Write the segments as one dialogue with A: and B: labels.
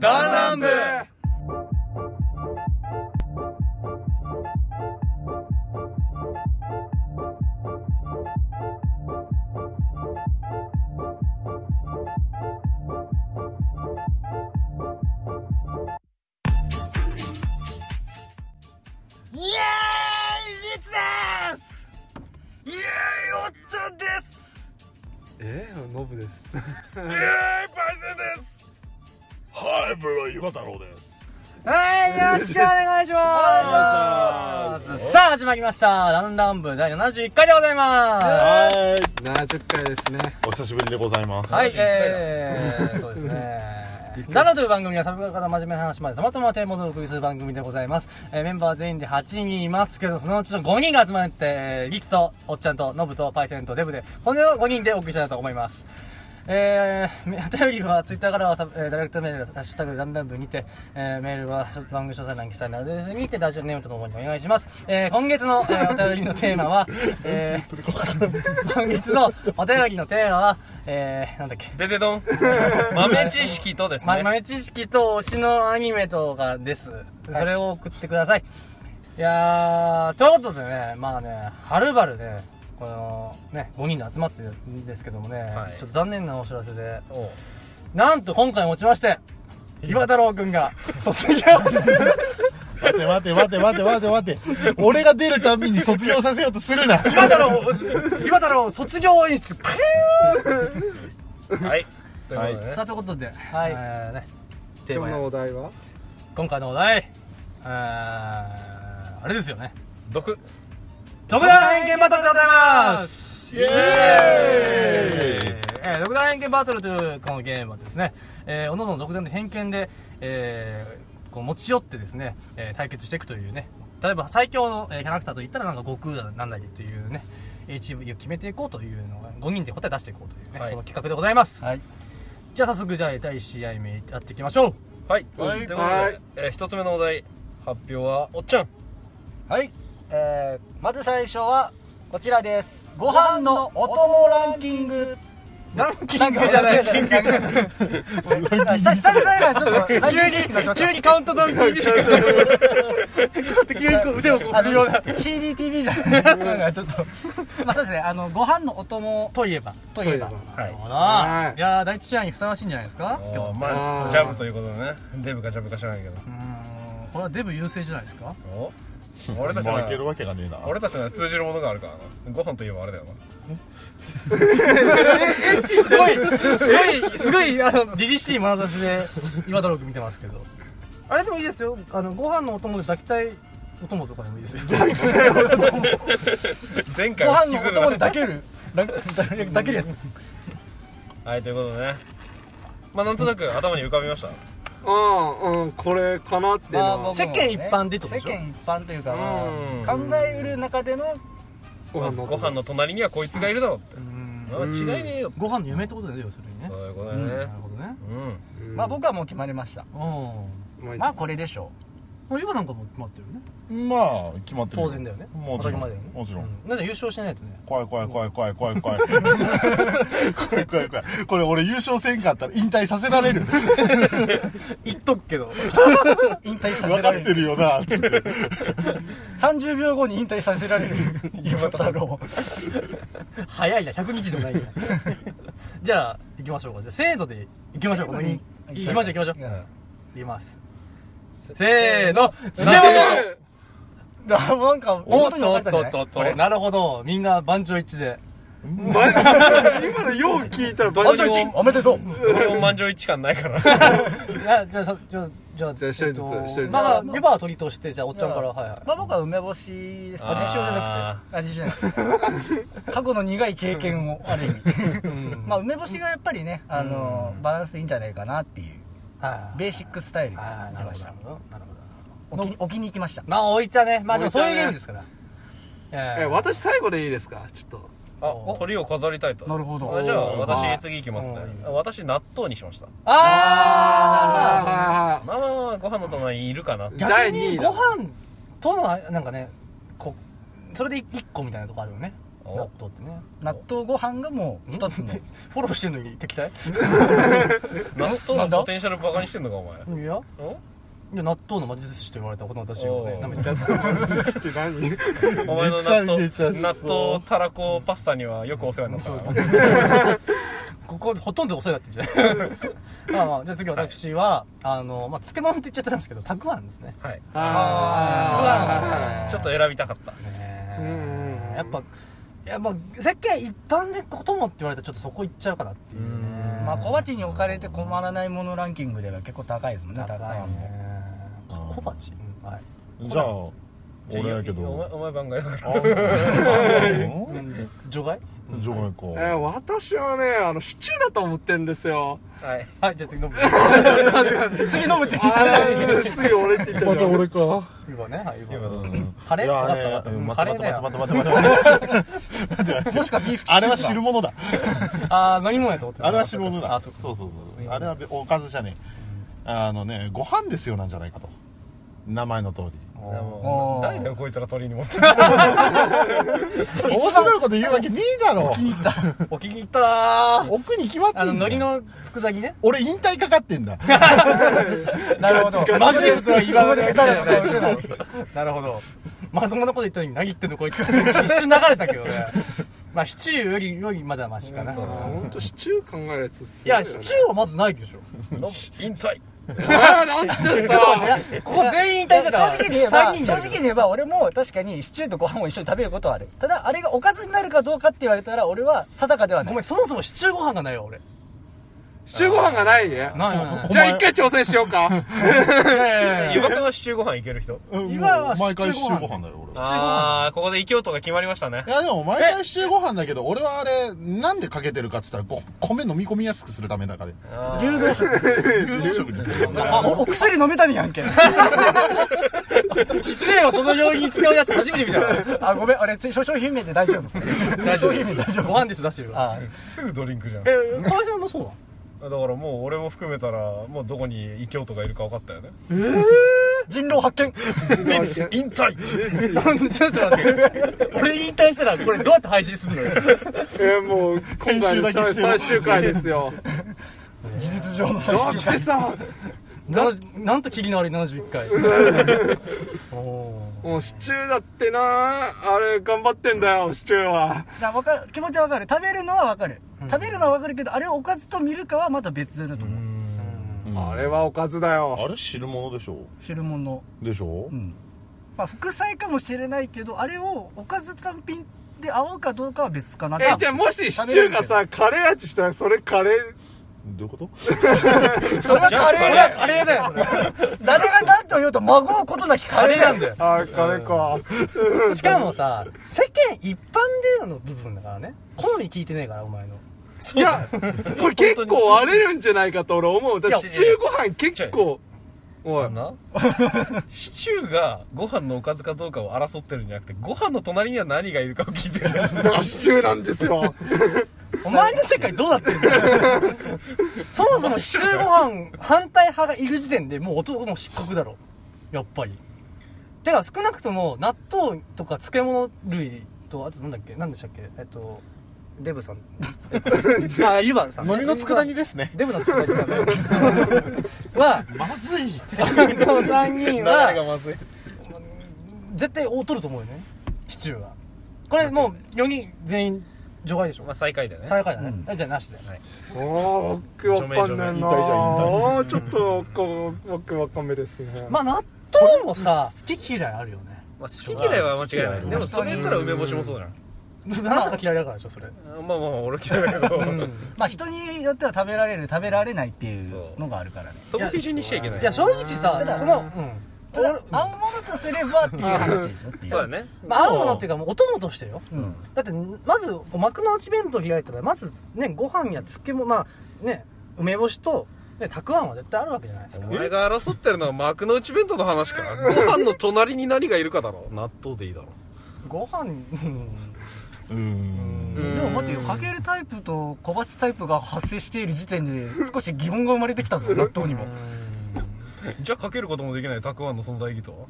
A: ダンランブイエーイリツですイエーイおっちゃんです
B: えー、ノブです。
A: イエーイパイセンです
C: はい、ブロ岩太郎です。
D: はい、よろしくお願いします。さあ、始まりました。ランラン部第71回でございま
C: はい、
B: 70回ですね。
C: お久しぶりでございます。
D: す。はい、えー、そうですね。ダナという番組はサブカルから真面目な話まで様々なテーマをお送りする番組でございます。えーメンバー全員で8人いますけど、そのうちの5人が集まって、えーリツと、おっちゃんと、ノブと、パイセンと、デブで、この5人でお送りしたいなと思います。えー、 お便りはツイッターからはサブ、えーダイレクトメール、ハッシュタグ、ランダム部にて、えーメールは番組詳細欄に記載のアドレスにて、ラジオネームとともにお願いします。えー今月の、えーお便りのテーマは、えー今月のお便りのテーマは、えーなんだっけ、
A: デデドン豆知識とです
D: ま、
A: ね
D: 豆知識と推しのアニメとかです。それを送ってください。いやー、ということでね、まあね、はるばるね、このね、5人で集まってるんですけどもね、
A: はい
D: ちょっと残念なお知らせで、なんと今回もちまして、岩太郎くん が卒業
C: 待て待て待て待て待て待て。俺が出るたびに卒業させようとするな。
D: 岩太郎、岩太郎卒業演出、プ
A: はいということでね、
D: ーさあ、ということで、はい。ね、
A: テー
B: 今
A: マ
B: 日の
A: や
B: お題は
D: 今回のお題、あーあれですよね。
A: 毒
D: 独断偏見バトルでございます
C: イエーイ
D: えー独断偏見バトルというこのゲームはですね、えー、おのおの独断と偏見で、えーこう持ち寄ってですね、えー対決していくというね例えば最強の、えーキャラクターといったらなんか悟空だなんだりというねえーチームを決めていこうというのが5人で答え出していこうというね、
A: はい
D: この企画でございます、
A: はい
D: じゃあ早速じゃあ第1試合目やっていきましょう
A: はい、ということで、
B: はい
A: えー一つ目のお題発表はおっちゃん
E: はい、えー、まず最初はこちらですご飯のお供ランキング
D: ランキングじゃない
E: ランキング 久久々だからちょっとランキング意識出しましょう
D: 急にカウントダウン TV がこ うやって急にこう腕を こう
E: あ
D: 振るよう
E: の
D: な
E: CDTV じゃないこういうのはちょっとまあそうですねあのご飯のお供
D: といえば
E: といえば
A: はい
D: あ
B: はい
D: いやー第一試合にふさわしいんじゃないですか今日は
A: ま
B: あ
A: あ
B: ー
A: ジャブということでねデブかジャブか知らないけど
D: うーんこれはデブ優勢じゃないですか
A: お俺たち
C: 負ける
A: の
C: わけがねえな。
A: 俺たちの通じるものがあるからなご飯といえばあれだよな
D: すごいすご いすごいあの凛々しい眼差しで岩太郎君見てますけどあれでもいいですよあのご飯のお供で抱きたいお供とかでもいい ですよ
A: 前回は引きずるな
E: ご飯のお供でだ けるランだけるやつ
A: はいということでねまあなんとなく頭に浮かびました
B: うん、うん、これかなっていうの
E: まあ
B: は、
D: 世間一般でってことで
E: 世
D: しょ
E: 間一般というかま
A: うん
E: あ考えうる中での
B: ご飯の。
A: ご飯の隣にはこいつがいるだろうってまあ違いねえよ
D: ご飯の夢ってことだよね要するにね
A: そういうことだ
D: な
A: よ
D: る
A: ね
D: ほどね
A: うん
B: うん。
E: まあ僕はもう決まりました
D: う
B: うん、
E: まあこれでしょ
D: んあ今なんかもう決まってるよね
C: まあ、決まってる。
D: 当然だよね
C: も
D: 当た
C: ち
D: り
C: ろ
D: 前
C: ん
D: だよね。
C: もちろん。
D: うんなんか優勝しないとね
C: 怖い怖い怖い怖い怖い怖い。怖い怖い怖い。これ俺優勝せんかったら引退させられる。
D: 言っとくけど
E: う引退させ
C: 分
E: ら
C: か
E: れ
C: って
E: る
C: るよな、つって。
E: 30秒後に引退させ られる岩太郎
D: 早いな100日でもないやじゃあ行きましょうかじゃあせーので行きましょうこのに行きましょう行きましょう
E: うん
D: 言いますせーのせーの
E: あ なんか、
D: お
E: 本
D: っ
E: 当に分
D: と
E: か
D: お
E: っ
D: ったとおっ
E: んじゃない
D: とおっとなるほどみんな番長一致で
B: 前今のよう聞いたら、
A: 番
E: 満
A: 長
E: 場
A: 一
E: 一
A: 致
E: 致おめでとう
A: 俺も満場一致感ないから
D: じゃあじゃあそじゃあじゃあ
B: じゃあ一人ずつ
D: えっと
B: 一人ずつ
D: まあまあレバー取りとしてじゃあおっちゃんからはいはい
E: まあ僕は梅干しです
A: あー
E: 味塩じゃなくて味塩じゃなく て過去の苦い経験をある意味まあ梅干しがやっぱりねあのーバランスいいんじゃないかなっていう
D: はい
E: ベーシックスタイルで
D: はいな
E: 出
D: る
E: ま
D: ほ
E: し
D: ど
E: た
D: なるほど
E: 置きに置きに行きました
D: まあ置いたねまあでもそういう
B: 置いた
D: ゲーム
B: ね
D: ですからえ
B: え、私最後でいいですかちょっと。
A: あ鳥を飾りたいと
E: なるほど
A: あじゃあ
D: は
A: 私
D: い
A: 次行きますね
D: うん
A: あ私納豆にしました
D: あーなるほど
B: あ
A: まあまあまあご飯の隣にいる かな
B: 第
D: 逆
B: 二
D: に
B: 位
D: ご
B: だ
D: 飯とのあなんかねこうそれで一個みたいなとこあるよね納豆ってね
E: 納豆ご飯がもう一つの
D: フォローしてんのに敵対
A: 納豆
E: なん
A: の
E: だ
A: ポテンシャルバカにしてんのかお前
D: いやいや納豆の魔術師と言われたことの私をね
A: おー
D: なめて
F: って何
A: お前の
C: めちゃ
A: 納
C: め
A: 豆
C: ちゃし
A: 納
C: そう
A: 豆たらこパスタにはよくお世話になったから
D: ここほとんどお世話になってるじゃん まあまあじゃあ次私は、あの、まあ、漬物って言っちゃったんですけどたくあんですね
A: はい
F: あ
A: ちょっと選びたかった
F: うん
D: やっぱやっぱ世間一般でこともって言われたらちょっとそこ行っちゃうかなっていうね
E: まあ小鉢に置かれて困らないものランキングでは結構高いですもんね高いね
D: こ小鉢、うんはい
C: じゃあ
A: じゃあ
C: 俺やけ
A: いいよお前
C: ど
A: お前番外だから
C: あうん
D: 除外
C: じゃがい
F: えー
C: か
F: 私はねあのシチューだと思ってるんですよ
A: はい
D: はいじゃあ 次飲む
E: 次飲むって言ったら
F: あー次俺って言ってる
C: ま
F: じゃ
C: た
F: ん
C: 俺か
D: 湯葉ねはい湯葉
A: 今の
D: カレー
C: いやね
D: わかったわかった
C: うん
D: うん
C: 待
D: カ
C: って
D: レーだよ
C: 待って待って待っ て待って待って待って待って
E: もしくはビーフシチューか
C: あれは汁物だ
D: ああ何もやと思ってた
C: あれは汁物だ
D: あそう
C: そうそうそうあれはおかずじゃねえあのねご飯ですよなんじゃないかと名前の通り
A: もう誰だよこいつら鳥に持って
C: 面白いこと言うわけねえだろ
D: お気に入ったなー
C: 奥に決まってん
D: あの
C: じゃん
D: 海苔の佃煮ね
C: 俺引退かかってんだ
E: なるほ ど
D: マジでとは言わない
E: ここで歌うの
D: なるほどまともなこと言ったのに何言ってんのこいつ 一瞬流れたけどねまあシチューよりよりまだマシかな
F: 本当シチュー考えるやつす
D: いやシチューはまずないでしょ
A: 引
F: ュー
A: 退
F: あーなんてさ
D: いやここ全員
E: 正
D: 退社だ
E: 直に言えば
D: 3
E: 正
D: 人だ
E: 直に言えば俺も確かにシチューとご飯を一緒に食べることはあるただあれがおかずになるかどうかって言われたら俺は定かではな
D: ごめ
E: い
D: んそもそもシチューご飯がないよ俺
F: シチューご飯がないね
D: ないないない
F: じゃあ一回挑戦しよう か
D: いやいやいや
A: 湯葉君はシチューご飯いける人
C: うん
D: 今は
C: もう毎回
D: シ
C: シ
D: チ
C: チ
D: ュ
C: ュ
D: ーご
C: ーご
D: 飯
C: 飯だよ俺は
A: ああここで生き男が決まりましたね
C: いやでも毎回シチューご飯だけど俺はあれなんでかけてるかっつったらご米飲み込みやすくするためだから
E: 流動食
C: 流動食にするよ
E: あおお薬飲めたんやん け
D: シチューをその用に使うやつ初めて見たわ
E: あごめんあれつ商品名で大丈夫
D: 大丈
E: 商品名大丈
D: 夫ご飯です出してるわ
E: あ
A: すぐドリンクじゃん
D: え
A: だか
D: 川島もそうなの
A: らもう俺も含めたらもうどこに異教徒がいるか分かったよね
E: 人狼発見
A: レッツ引退
D: ちょっと待って。俺引退したら、これどうやって配信するのよ。
F: えーもう今
C: 編集
F: 回の
C: だけしてる
F: 最終回です よ
E: 事実上の最
F: だ
E: 終
F: ってさ
D: 70なんと霧のあれ71回。
F: もうシチューだってなあれ頑張ってんだよシチューは
E: だわかる気持ちはわかる食べるのはわかる食べるのはわかるけどあれをおかずと見るかはまた別だと思う
F: あれはおかずだよ
C: あれ汁物でしょ
E: 汁物
C: でしょ
E: うんまあ副菜かもしれないけどあれをおかず単品で合うかどうかは別かな
F: えじゃあもしシチューがさカレー味したらそれカレー
C: どういうこと
E: それはカ
D: こ
E: レー
D: れはカレーだよ。
E: 誰が何と言おうと孫うことなきカ
D: カ
E: レ
D: レー
E: ー
D: な
E: だよ
D: んだよ。
F: あーカレーか
D: しかもさ、世間一般での部分だからね。好み聞いてねえから、お前の。
F: いやこれ結構割れるんじゃないかと俺思うだからシチューご飯結構おい
A: なシチューがご飯のおかずかどうかを争ってるんじゃなくてご飯の隣には何がいるかを聞いて る
F: だからシチューなんですよ
D: お前の世界どうなってんだよ。そもそもシチューご飯反対派がいる時点でもう男も失格だろ。やっぱり。てか少なくとも納豆とか漬物類と、あとなんだっけ何でしたっけえっと、デブさん。 あ、ユバさん。
C: 海苔の佃煮ですね
D: デブの佃煮は、
C: まずい
D: あの三人
A: 誰が
D: は、
A: まずい
D: 絶対劣ると思うよね。シチューは。これもう4人全員除外でしょ
A: まあ。最下位だよね
D: 最下位だね。じゃあなしだよ。
F: おー僕わかんないな
C: 除名除名引退じゃん
F: あーちょっとこう僕わかめですね
D: まあ納豆もさ好き嫌いあるよね
A: まあ、好き嫌いは間違いない
C: うん
A: でもそれ言ったら梅干しもそうじゃん
D: あなたが嫌いだからでしょそれ
A: まあまあまあ俺嫌いだけど、
E: まあ人によっては食べられる食べられないっていうのがあるからね
A: そこ基準にしちゃいけない
D: いや正直さこの、うん
E: ただ合うものとすればっていう話でしょってい
A: そうだ
E: う
A: ね
D: まあ、合うものっていうかもうお供としてよ
E: うん
D: だってまずお幕の内弁当開いたらまずねご飯や漬物まあね梅干しとねたくあんは絶対あるわけじゃないですか
A: お前が争ってるのは幕の内弁当の話かご飯の隣に何がいるかだろ納豆でいいだろ
D: ご飯うん
C: うーん
A: で
E: でも待ってよかけるタイプと小鉢タイプが発生している時点で少し疑問が生まれてきたぞ納豆にも
A: じゃあかけることもできないたくあんの存在意義と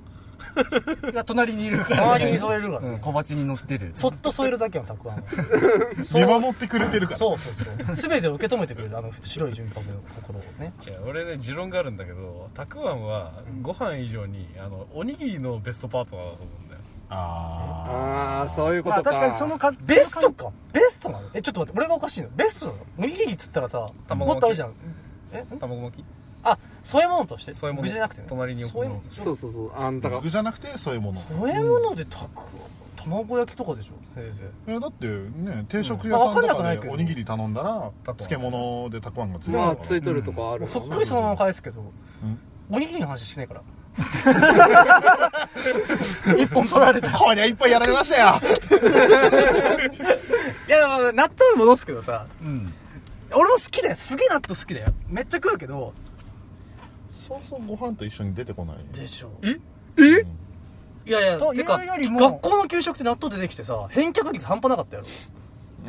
A: は
E: が隣にいるから、
D: 周りに添えるから
E: う
D: ね
E: ん、小鉢に乗ってる
D: そっと添えるだけよた くあんはそう
C: 見守ってくれてるから
D: そうそうそう全てを受け止めてくれるあの白い純白の心をね
A: じゃあ俺ね持論があるんだけどたくあんはご飯以上にあのおにぎりのベストパートナーだと思うんだよ
C: あ
F: ああそういうこと
E: ま
F: か、
E: あ確かにそのか
D: ベストかベストなのえちょっと待って俺がおかしいのベストなのおにぎりっつったらさ
A: 卵
D: もっとあるじゃんえ
A: 卵巻き
D: あ添え物として
A: 添え物
D: 具じゃなくて、ね、
A: 隣に置く
D: 添え
A: の
D: 物
F: そうそうそうあんた
C: あ
F: が
C: 具じゃなくてそういうもの
D: 添え物でたくあん卵焼きとかでしょせいぜい
C: えだってね定食屋さん
D: うんわか
C: と
D: んなくな
C: か
D: いけ
C: で
D: ど
C: おにぎり頼んだら
A: たくあん
C: 漬物でたくあんがついてる
F: ま
C: か
F: あついとるとかある
D: もうそっくりそのまま返すけど、
C: ん
D: おにぎりの話しないから
E: 一本取られた
C: らこりゃ一杯やられましたよ
D: いやまあ納豆戻すけどさ
E: うん
D: 俺も好きだよすげえ納豆好きだよめっちゃ食うけど
C: そうそうご飯と一緒に出てこない
D: でしょ
C: え
D: いやいや
E: と
D: てか
E: いうよりも
D: 学校の給食って納豆出てきてさ返却率半端なかったやろ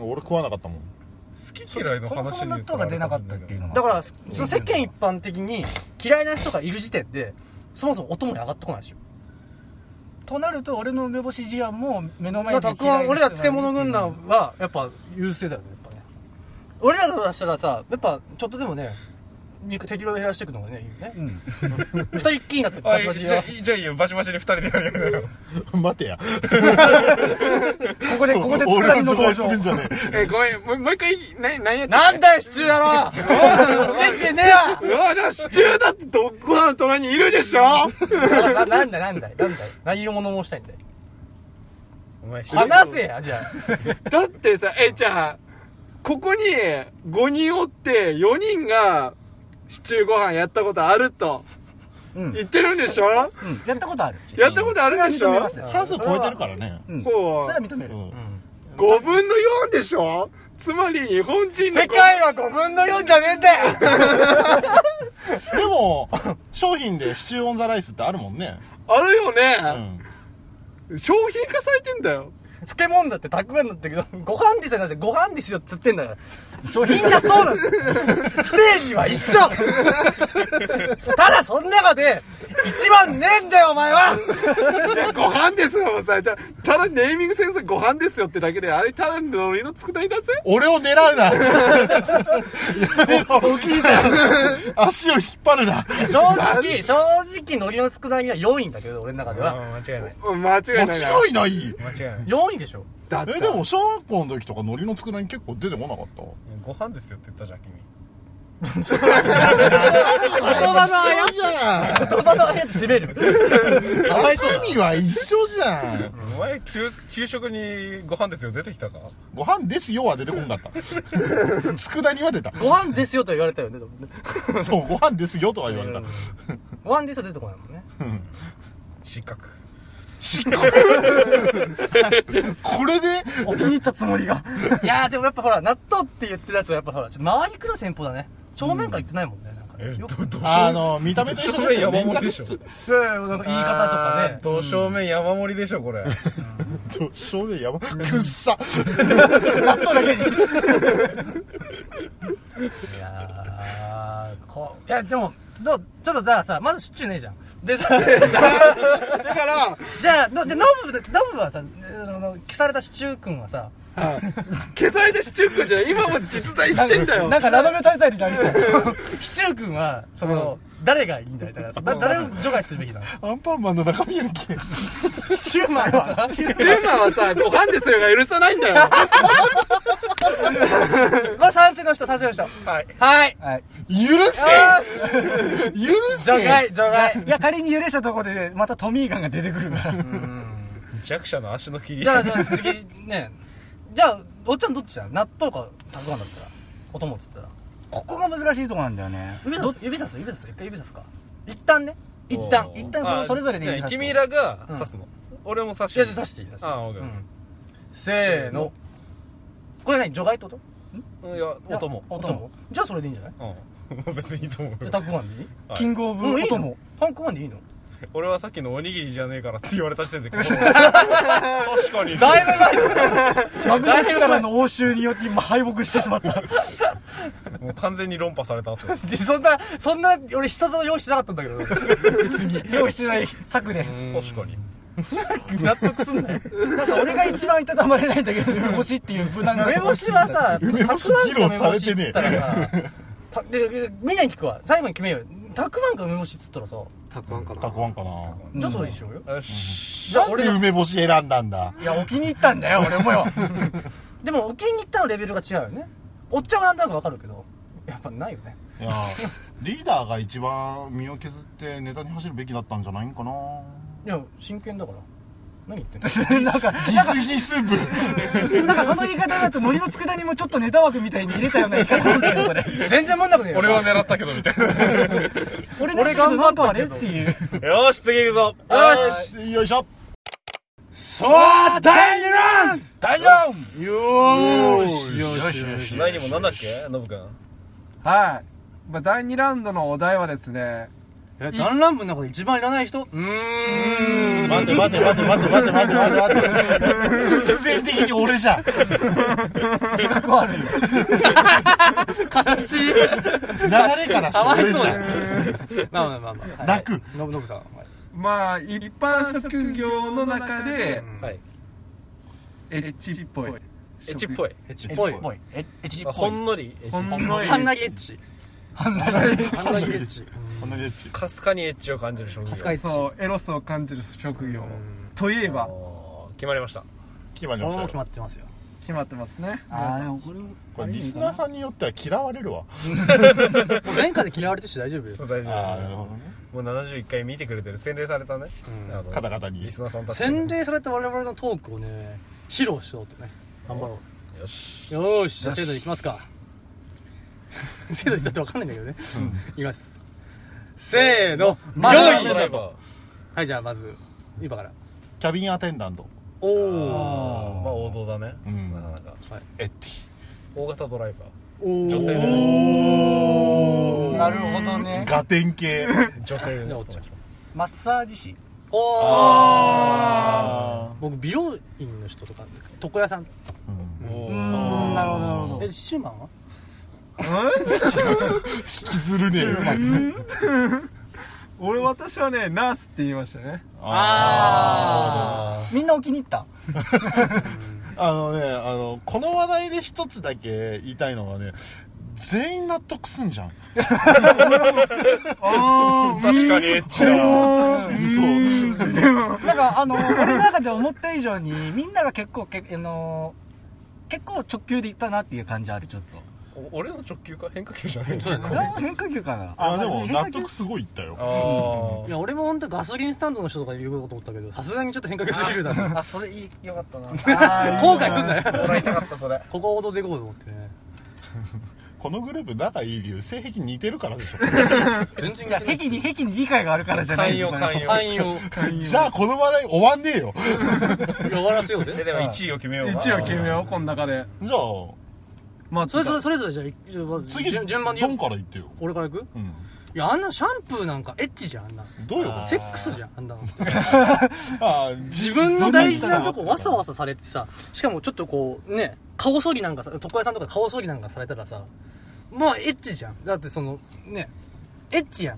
C: 俺食わなかったもん
A: 好き嫌いの
E: そも
A: 話
E: そも
A: に
E: 納豆が出なかったっていうのは
D: だからその世間一般的に嫌いな人がいる時点でそもそもお供に上がってこないでしょ
E: となると俺の梅干し事案も目の前
D: だ
E: に
D: から
E: 嫌いな人がいる
D: 俺ら漬物軍団はやっぱ優勢だよねやっぱね俺らからしたらさやっぱちょっとでもね肉適量減らしていくのがねいいよね
E: うん
D: 二人っきりになってバ
A: あ
D: チ
A: い
D: バチ
A: いじゃあいいじゃあいいよバシバシで二人でやるよ
C: 待てや
E: ここでここで
C: 俺
E: 佃
C: は
E: 煮の
C: 除外
E: 登
C: す
E: 場
C: るんじゃねえ
F: えごめんもうもう一回な何やった
D: なんだよシチューやろできてねえわ
F: うわだシチューだってどご飯の隣にいるでしょ
D: ななんだなんだなんだ何色物申したいんだよ
A: お前
D: 話せやじゃ
F: だってさえじゃあここに5人おって4人がシチューご飯やったことあると
E: うん
F: 言ってるんでしょ
E: うんやったことある
F: やったことあるでし
E: 認め
F: ょ
E: ますよ
C: 半数超えてるからね
E: うんそ
F: こ
E: れは認め
C: う
E: る
C: ん
F: う5分の4でしょつまり日本人
D: あ
F: の
D: 世界は5分の4じゃねえんだよ
C: でも商品でシチューオンザライスってあるもんね
F: あるよ
C: う
F: ね、
C: ん
F: 商品化されてんだよ
D: 漬物だって たくあんだったけどご飯ですよなんてご飯ですよっつってんだからみんなそうなんだステージは一 緒ただその中で一番ねえんだよお前は
F: ご飯ですよさたただネーミングセンスご飯ですよってだけであれただの海苔の佃煮だぜ
C: 俺を狙 うなやめろ 足を引っ張るな
D: 正直正直海苔の佃煮は4位だけど俺の中では
A: あー間違いない
F: うん間違いないな
C: 間違いない
A: 間違いない
D: 4位でしょ
F: だって
C: えでも小学校の時とか海苔の佃煮結構出てこなかった
A: ご飯ですよって言ったじゃん君
D: 言葉のあや
C: 一緒じゃ
D: 言葉のあやで攻め るかわいそうん
C: 意味は一緒じゃん
A: お前給給食にご飯ですよ出てきたか
C: ご飯ですよは出てこんかった佃煮は出た
D: ご飯ですよとは言われたよねでもね
C: そうご飯ですよとは言われた
D: ご飯ですよ出てこないもんね
A: 失格
C: 失 格これで
D: お気に入ったつもりが いやーでもやっぱほら納豆って言ってるやつはやっぱほらちょっと回りくどい戦法だね正面から言ってないもんね、なんかね
A: え
D: よ
A: ど
D: く
A: どう
C: あの見た目と一緒ですよ
A: 正面山
C: 粘
A: 本で
C: 着
A: しょ
C: 質
D: いやいやなんか言い方とかね
A: あーど正面山盛りでしょこれ
C: ど正面やばくっさ
D: いやーこういやでもどうちょっとじゃあさまずシチューねえじゃんでさ
F: だから
D: じゃあのでノブノブはさあの消されたシチュー君はさ
F: 消されたシチュー君じゃん今も実在してんだよ
E: なんかラノベ大会になりそう
D: シチュー君はその、誰がいいんだよだからさだ誰を除外するべきなの
C: アンパンマンの中身やんけ
D: シチューマンはさ
F: ジューマンはさご飯ですよが許さないんだよ
D: これ賛成の人賛成の人
A: はい
D: はい
E: はい
C: 許せ許
D: 除外
C: せ
D: 除外
E: いや仮に許したところでまたトミーガンが出てくるから
A: 弱者の足の切り
D: じゃあ、じゃあ次、ねじゃあ、おっちゃんどっちだ納豆かたくあんだったら。お供っつったら。
E: ここが難しいとこなんだよね
D: 指さす指さす指さす一回指さすか。一旦ね。一旦。い
E: 一旦そのそれぞれでいい
A: あ君らが刺すの、俺も刺して
D: や、じゃあ刺していい刺していい
A: あオッケー
D: う
A: オッ
D: んせーの。これ何除外ってこと
A: ケーいや音も
D: お供じゃあそれでいいんじゃない
A: うん 別にいいと思う
D: じゃあ
A: よ
D: たくあんでいい
A: はい
E: キングオブ
D: もういい
E: 音
D: の
E: も
D: たくあんでいい の
A: 俺はさっきのおにぎりじゃねえからって言われた時点で 確かに
D: だいぶ前だ
E: マグナ力の応酬によって今敗北してしまった
A: もう完全に論破された後
D: で そんな、そんな、俺必殺の用意してなかったんだけど。別に。
E: 用意してない策で
A: 確かに
D: 納得すんなよ。
E: なんか俺が一番いたたまれないんだけど梅干しっていう無難な
D: 梅干しはさ、
C: 梅干し議論されてねえ
D: たくあんか梅干しっつったらさたで、でみんなに聞くわ。最後に決めようよ。たくあんか梅干しっつったらさ、
F: たくあんか
C: た
F: な
C: くあんかな
D: じゃあそれにしようよ。
A: よし
D: じゃあ
C: なん
D: 俺
C: で
D: の、
C: 梅干し選んだんだ
E: いやお気に入ったんだよ俺 もよ
D: でもお気に入ったのレベルが違うよね。おっちゃんがなんとなくわかるけど、やっぱないよね。
C: いやリーダーが一番身を削ってネタに走るべきだったんじゃないん かない
D: や、真剣だから。何言ってんの
E: なんか
C: ギスギス部
E: なんかその言い方だと森の佃煮もちょっとネタ枠みたいに入れたような言い方なんだよそれ
D: 全然もんなくねえよ。
A: 俺は狙ったけどみたい
E: 俺
D: 俺頑張ったけど
E: っていう
A: なよし次行くぞ
C: よしよいしょ
A: 第4
F: よーしよしよしよし
A: 何にもなんだっけノブくん
B: はい。まあ、第2ラウンドのお題はですね、
D: え、ダンランブの中で一番いらない人うーん。
C: 待て待て待て待て待て待て待て待て必然的に俺じゃん
D: 悲しい。
C: 流れからして俺じゃん
D: まあまあまあまあ。
C: 泣く
D: のぶのぶさん。はい
B: まあ、一般職業の中で、
A: はい
B: エッチっぽい。
A: エッチっぽい
D: エッチっぽい。
E: ぽいええち
A: まあほんのりエ
B: ほん
A: ッチ
B: のエ
D: ハン
B: ッ
D: ナギエッチ。ハンナギエッチ。
C: こんなにやっち
A: かすかにエッチを感じる職業
D: かすかに
B: チ。そう、エロスを感じる職業。といえば、
A: あー決まりました
C: 決まりま
D: 俺も決
C: した
D: ま
C: よ
D: ってますよ。
B: 決まってますね。
E: ああでもこれも
C: これリスナーさんによっては嫌われるわ
D: もう前回で嫌われてるし大丈夫よ。
A: そう大丈
C: ああなる
A: 夫
C: ほどね
A: もう71回見てくれてる洗礼されたねあの
C: 方々に
A: リスナーさんたち
D: 洗礼された我々のトークをね、披露しようとね。頑張ろ
A: よし
D: う。よーし、じゃあ生徒いきますか。 生徒にだってわかんないんだけどね。いきます。せーの、ま
A: よ
D: よ
A: い
D: い
A: しょ
D: はい、じゃあまず、今から。
C: キャビンアテンダント
D: おー。
A: まあ王道だね
C: うん
A: なかなか
C: エッテ
A: 大型ドライバ
D: お
A: ー
D: ー。
A: 女性
D: じ
E: なるほどね
C: ィガテン系
A: 女性
D: ゃあおっちゃん。
E: マッサージ師
D: おー。
C: あ
D: 僕、美容院の人とか、床屋さん。
E: うーんなるほどなるほ
D: え、シューマンは
C: 引きずるね
B: 俺、私はね、ナースって言いましたね。
D: あ
E: どみんなお気に入った
C: あのねあのこの話題で一つだけ言いたいのはね全員納得すんじゃん
B: あー、
A: 確かにエッチだ
B: お
C: そう
E: なんかあの俺の中で思った以上にみんなが結構けあの結構直球でいったなっていう感じあるちょっと
A: お俺の直球か変化球じゃない
E: これは変化球かな
C: あでも
E: 変化
C: 納
E: 球
C: 得すごいいったよ
A: あー
D: いや、俺も本当ガソリンスタンドの人とか言うこと思ったけど、さすがにちょっと変化球すぎる だろ。
E: あそれいいよかったな
D: 後悔すんなよ。
A: もらいたかったそれ
D: ここを踊っていこうと思ってね。
C: このグループ仲いい理由性癖似てるからでしょ
D: 全然
E: いや壁に壁に理解があるからじゃない
A: 寛容寛容
D: 範囲を
C: じゃあこの話題終わんねえよ
D: 終わらせよう
A: え
D: ぜ。
A: でも1位を決めよう
B: 一応決めよう、この中で。
C: じゃあ
B: まあ、
D: それそれそれぞれじゃあいじゃあまず
C: 次
D: 順順番で
C: ド
D: 言う
C: ンから言ってよ、
D: 俺からいく
C: うん、
D: いやあんなシャンプーなんかエッチじゃんあんな
C: どういうこと
D: セックスじゃんあんなの
C: あ
D: 自分の大事なとこわさわさされてさしかもちょっとこうね顔剃りなんかさ床屋さんとか顔剃りなんかされたらさまあエッチじゃんだってそのねエッチや ん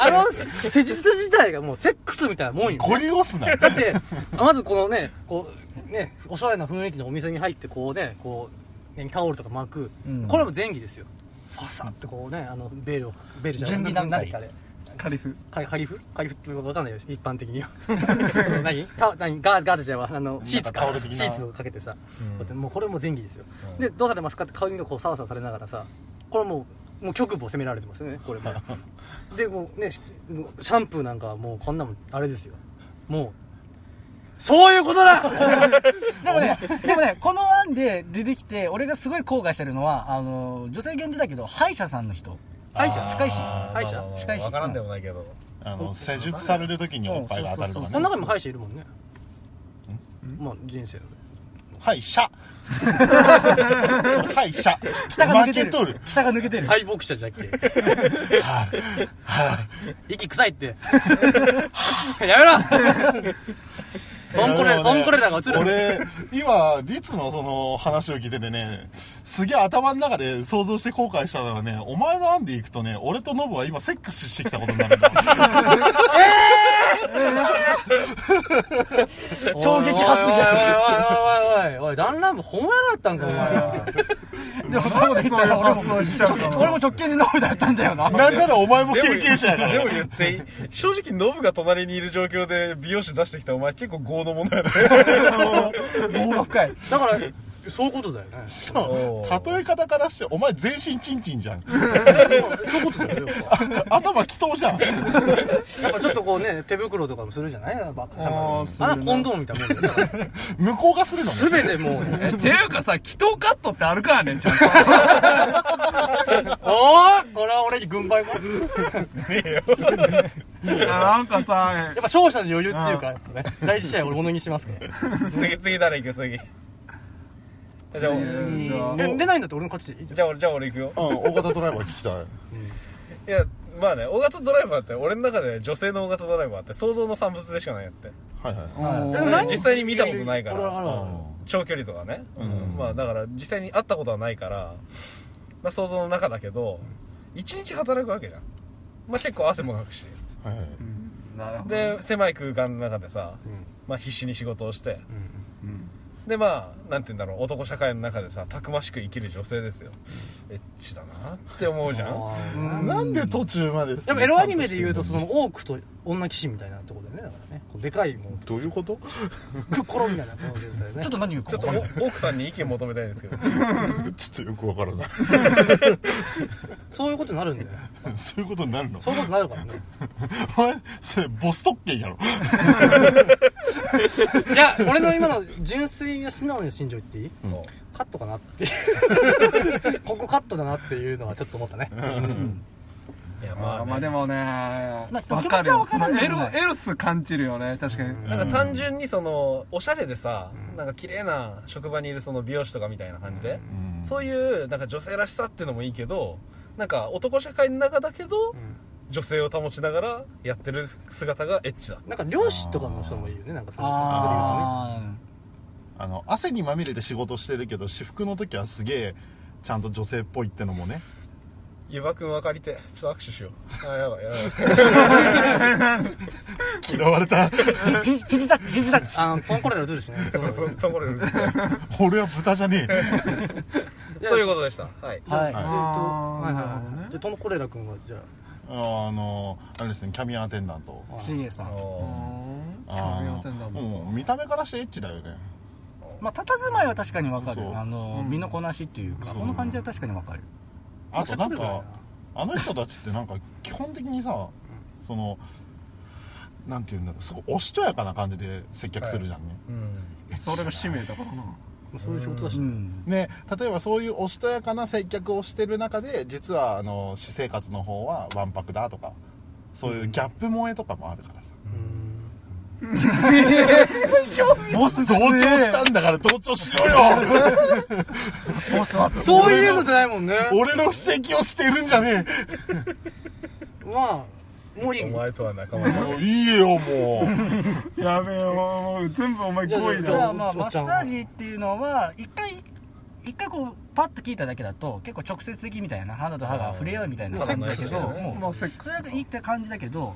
D: あの施術自体がもうセックスみたいなもんよ
C: ゴリ押すな
D: だって、まずこのね、こう、ね、おしゃれな雰囲気のお店に入って、こうね、こう、ねタオルとか巻く。
E: うん
D: これも前儀ですよ。ファサってこうね、あの、ベールを、ベールじゃない
E: 準備段階
D: 何あれ
B: カリフ。
D: カリカリフカリフってわかんないです、一般的に は。何タ何ガーガーズじゃあ、あの、シーツか
C: なんかタオル。的な
D: シーツをかけてさ。だってもうこれも前儀ですよ。で、どうされますかって顔にこう、サワサワされながらさ、これもう、もう局部を責められてますよね、これ も。で、もうね、シシャンプーなんかはもうこんなもん、あれですよ。もう、そういうこと だ
E: でもね、でもね、この案で出てきて、俺がすごい後悔してるのは、あの、女性限定だけど、歯医者さんの人。
D: 歯医者
E: 歯科医師。
D: 歯医者
E: 歯科医師
A: 分からんでもないけど
C: あの施術される時におっぱいが当たると
D: そ
C: か
D: の
C: ね
D: 中にも歯医者いるもんねまあ人生の
C: はいシャはいシャ
E: 北が抜けて
C: 負けとる
E: る。北が抜けてる。
D: 敗北者じゃっけ息臭いってやめろポンコレ、
C: いやでもね
D: ポンコレラが映る。
C: 俺、今、リツのその話を聞いててね、すげえ頭の中で想像して後悔したのがね、お前の案で行くとね、俺とノブは今セックスしてきたことになるんだ。
E: 衝
D: おいおい
E: 撃発言
D: おいおいおいおいおい、弾丸部ほんまやなったんか、お前は。
E: でもそうで言ったら俺も
B: そういう発想しちゃうの
E: 俺も直近でノブだったんだよ な
C: なんならお前も経験者やから
A: でも言っていい正直ノブが隣にいる状況で美容師出してきたお前結構豪のものやね
E: 棒が深い
D: だから、そういうことだよね。
C: しかも例え方からして、お前全身チンチンじゃん。
D: そういうことだよね、やっぱ
C: 頭祈祷じゃん。
D: やっぱちょっとこうね、手袋とかもするじゃないやっぱ
B: あーする
D: あ
B: ね
D: んなコンドームみたいなもんだよ。
C: 向こうがするの
D: す
C: ね。
D: べてもうね、
B: ていうかさ祈祷カットってあるからねんちゃんと
D: おーこれは俺に軍配も。や
B: いや なんかさ
D: っぱ勝者の余裕っていうか、ね、第一試合俺物にしますから。
A: 次次誰行く次じゃあ
D: え出ないんだって俺の勝ちでいいじゃ
A: じゃあ俺じゃあ俺行くよ
C: うん、大型ドライバー聞きたい。
A: いやまあね大型ドライバーって俺の中で女性の大型ドライバーって想像の産物でしかないやって
C: はいはい。
D: ん。
B: も
D: でも
A: 実際に見たことないから
D: 俺はあるある
A: 長距離とかね、まあだから実際に会ったことはないから、まあ、想像の中だけど一日働くわけじゃんまあ結構汗もかくし
C: はいはい。
B: なるほど
A: で狭い空間の中でさ、まあ必死に仕事をして、でまあなんて言うんだろう男社会の中でさたくましく生きる女性ですよエッチだなって思うじゃん
C: なんで途中まで
D: でもエロアニメで言うとそのオークと女騎士みたいなところでねだからねこうでかいもう
C: どういうこと
D: クッコロみたいなこの状態でね
E: ちょっと何言うか
A: ちょっとお奥さんに意見求めたいんですけど
C: ちょっとよくわからない。
D: そういうことになるんだよ
C: そういうことになる の
D: そういうことになるからね
C: お前、それボス特権やろ。
D: いや俺の今の純粋な素直な心情言っていいカットかなっていう ここカットだなっていうのはちょっと思ったね
A: いやまあ、
B: あ
A: ね
B: ーまあでもねわ
E: ま
B: か
E: あ
B: る
E: 気持ちは
B: よ
E: わ
B: そ
E: か
B: の
E: るんだ
B: エ
E: よね
B: ロエロス感じるよね確かに
A: なんか単純にそのおしゃれでさ、なんか綺麗な職場にいるその美容師とかみたいな感じで、
C: うん
A: そういうなんか女性らしさっていうのもいいけどなんか男社会の中だけど、女性を保ちながらやってる姿がエッチだ
D: なんか漁師とかの人もいいよねなんかその
E: あ
C: あの汗にまみれて仕事してるけど私服の時はすげえちゃんと女性っぽいっての もね
A: 湯葉君分かりてちょっと握手しようあやばいやば い
C: 嫌われた
E: あひ肘タッチ肘タッチ
D: あのポンコレラ映るしね
A: そうそうところで
C: 俺は豚じゃねえ
A: ということでしたはい
E: は
D: え
E: い
D: っと
B: あー
D: はいはい
B: なるほど
D: は
B: ね
D: いでトンコレラ君はじゃあ
C: あーあのあれですねキャビンアテンダント
E: CA さ
A: あ
E: ん
A: の
C: あー
B: キャビンアテンダント
C: もう見た目からしてエッチだよね
E: まあ佇まいは確かにわか
C: そう
E: るあの身のこなしっていうかこの感じは確かにわかる
C: あとなん
D: おしゃれだ
C: か
D: よな
C: あの人たちってなんか基本的にさそのなんて言うんだろうすごいおしとやかな感じで接客するじゃんね、
A: うん
B: それが使命だからな
D: もうそういう仕事だし
E: う
D: ね
E: ん
C: ね、例えばそういうおしとやかな接客をしてる中で実はあの私生活の方はわんぱくだとかそういうギャップ萌えとかもあるからさ、
E: ボス
C: 同調したんだから同調しろよ
E: ボスは
D: そういうのじゃないもんね
C: 俺の布石を捨てるんじゃね
D: まあモリ
A: お
D: ン
A: 前とは仲間だ
C: えもういいよも
B: やべえもう全部お前行為
D: じゃ
B: だ
E: あまあマッサージっていうのは一回一回こうパッと聞いただけだと結構直接的みたいな肌と歯が触れ合うみたいな感じだけど
A: うん
E: もう
B: まあセック
E: そ
B: ス
E: れがいいって感じだけど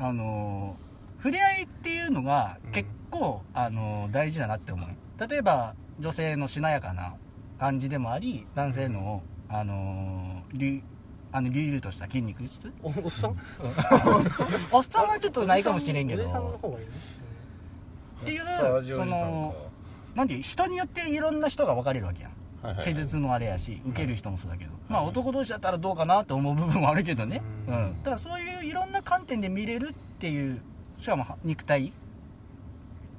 E: あのー触れ合いっていうのが結構、あのー大事だなって思う例えば女性のしなやかな感じでもあり男性のあのーりゅあの隆々とした筋肉質
D: おおっさん
E: おっさんはちょっとないかもしれんけど
D: おじさんの方がいいね
E: っていう
A: マッサージお
E: そ
A: じさんか
E: のなんていう人によっていろんな人が分かれるわけやん
C: う、はいはい
E: 施術もあれやし受ける人もそうだけど、まあ男同士だったらどうかなと思う部分もあるけどね、うんだからそういういろんな観点で見れるっていうしかもは肉体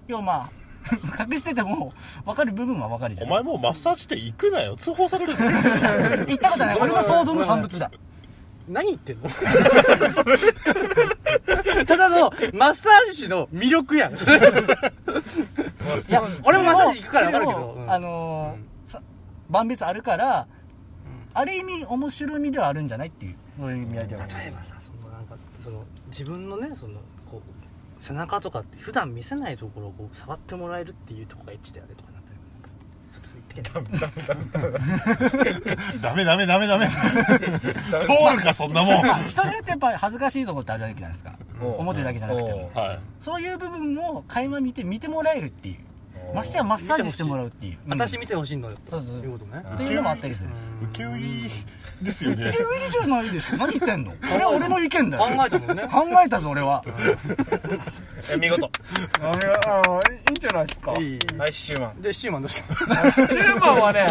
E: 要まあ 隠してても分かる部分は分かるじゃ
C: お
E: ん
C: 前もうマッサージ店行くなよ通報されるぞ
E: 言ったことない俺の想像の産物だ
D: 何言ってんの ただのマッサージ師の魅力やんいや俺もマッサージ行くから分かるけど
E: それ
D: う
E: も
D: ん
E: あのーさ万別あるからある意味面白みではあるんじゃないっていうそういう意味合いでは
D: 例えばさそのなんかその自分のねそのこう背中とかって普段見せないところをこう触ってもらえるっていうとこがエッチだよね とかなったりちょっと言ってけない
C: ダメダメダメダメ通るかそんなもん
E: まあ
C: は
E: 人によってやっぱり恥ずかしいとこってあるわけじゃないですか表だけじゃなくても
C: い
E: そういう部分も垣間見て見てもらえるっていうましてやマッサージしてもらうっていううん
D: 私見てほしいのよと
E: そうそう
D: いうことね
E: っていうのもあったりする
C: ウキウリですよね
E: え無理じゃないでしょ何言ってんのこれは俺の意見だよ
D: 考えたもんね
E: 考えたぞ俺は
A: え見 事
B: あいやあいいんじゃないですか
D: いい
A: はいシューマン
D: でシューマンどうした
B: 10番はね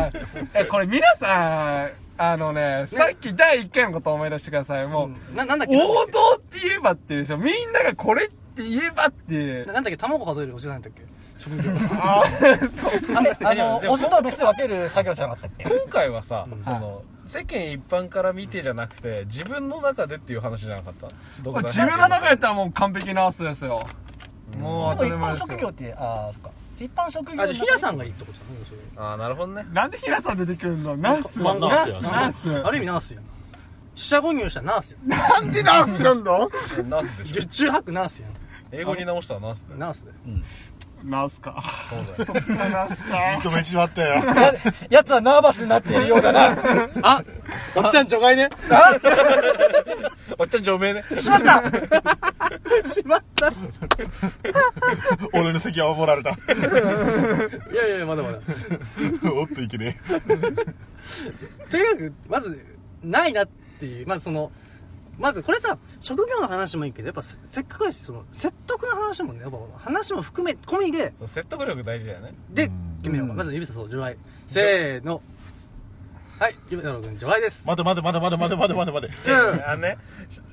B: えこれ皆さんあのねさっき第1回のこと思い出してくださいもう、
D: ななんだっけ
B: 王道って言えばっていうでしょみんながこれって言えばっていう
D: ななんだっけ卵数えるおじさんだったっけ職業
B: あそう
E: あ
A: 大丈夫
E: の
A: でも
E: オスとメスで分ける作業じゃなかったっけ
A: 今回はさ、その世間一般から見てじゃなくて自分の中でっていう話じゃなかったどこだ
B: 自分の中やったらもう完璧なアスですよもう当
E: で
B: たり
E: も
B: 前
E: 一般
B: です
E: 職業
B: よ
E: ってああそっか一般職 業
D: あじゃあヒラさんが
E: が
D: いいってことだねそれ
A: ああなるほどね
B: なんで平さん出てくるのナース
C: まあ
B: ナ
C: ナースや
B: ースナ
D: あ
B: ー
D: る意味ナースやん死者誤入したらナースやん
B: スでナースなんだ
A: ナースでしょ
D: 十中八九ナースやん
A: 英語に直したらナースだよ
D: ナースだよ
B: ナースか
A: そうだよ
B: そっかナースか
C: 認めちまったよ
E: やつはナーバスになっているようだな
D: あおっちゃん除外ね
A: おっちゃん除名ね
D: しまったしまった
C: 俺の席は守られた
D: いやいやまだまだ
C: おっといけねえ
D: とにかくまずないなっていうまずそのまずこれさ職業の話もいいけどやっぱせせっかくだしその説得の話もねやっぱ話も含め込みで
A: そう説得力大事だよね
D: で決めようかまず指さそう除外せーのはい指太郎君除外です
C: 待て待て待て待て待て待て待て待て
D: じゃあ
A: あのね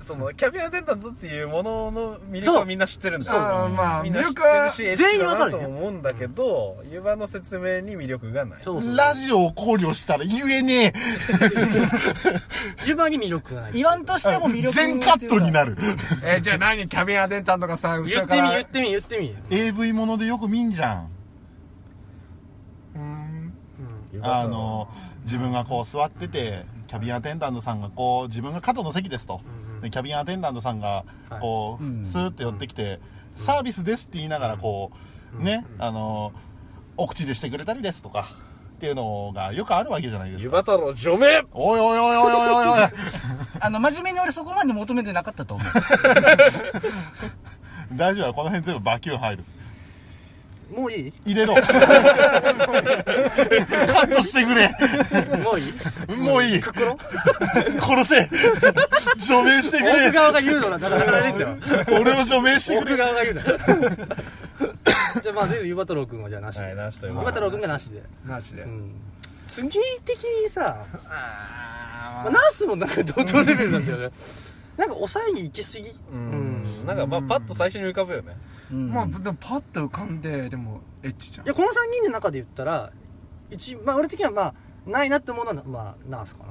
A: そのキャビアテンダントっていうものの魅力
D: そう
A: はみんな知ってるんだ
B: そう
A: よ
B: まあ
A: みんな知っ
B: 魅
A: て
B: 力は
A: るしエッ
D: 全
A: チ
D: 員わ
A: だ
D: か
A: な
D: る
A: と
D: よ
A: 思うんだけど湯葉の説明に魅力がない
D: そうそう
C: ラジオを考慮したら言えね
D: 湯葉に魅力がない
E: 言わんとしても魅
C: え
E: 力
C: 全カットになる
B: えじゃあ何キャビンアテンタントがさ後
D: 言
B: ろ
D: っ
B: か
D: てみ言
B: ら
D: ってみ言ってみ
C: AV ものでよく見んじゃん
B: うん
A: 湯葉
C: あ
A: と
C: の自分がこう座っててキャビンアテンダントさんがこう自分が肩の席ですと、でキャビンアテンダントさんがこう、スーッて寄ってきて、サービスですって言いながらこう、ねあのお口でしてくれたりですとかっていうのがよくあるわけじゃないです
A: 湯
C: か
A: 葉太郎除名
C: おいおいおいおいおいおいおい
E: あの真面目に俺そこまで求めてなかったと思う
C: 大丈夫だよこの辺全部バキュン入る
D: もういい
C: 入れろカットしてくれ
D: も ういい
C: もういい
D: クックロ
C: 殺せ除名してく
D: 奥
C: れ
D: 側が言うのだから働いてんだよ
C: 俺を除名してく
D: 奥
C: れ
D: 側が言うな じゃあまあとりあえず湯葉太郎君はじゃあなしで
A: はい
D: 湯
A: なしと湯
D: 葉太郎君がなしで
B: なしで
D: うん次的にさまあナースもなんか同等レベルなんだよねなんか抑えに行き過ぎ
A: うんなんかまあパッと最初に浮かぶよね
E: うん
B: まあでもパッと浮かんででもエッチじゃん
D: いやこの3人の中で言ったら一まあ俺的にはまあないなって思うのはまあナースかな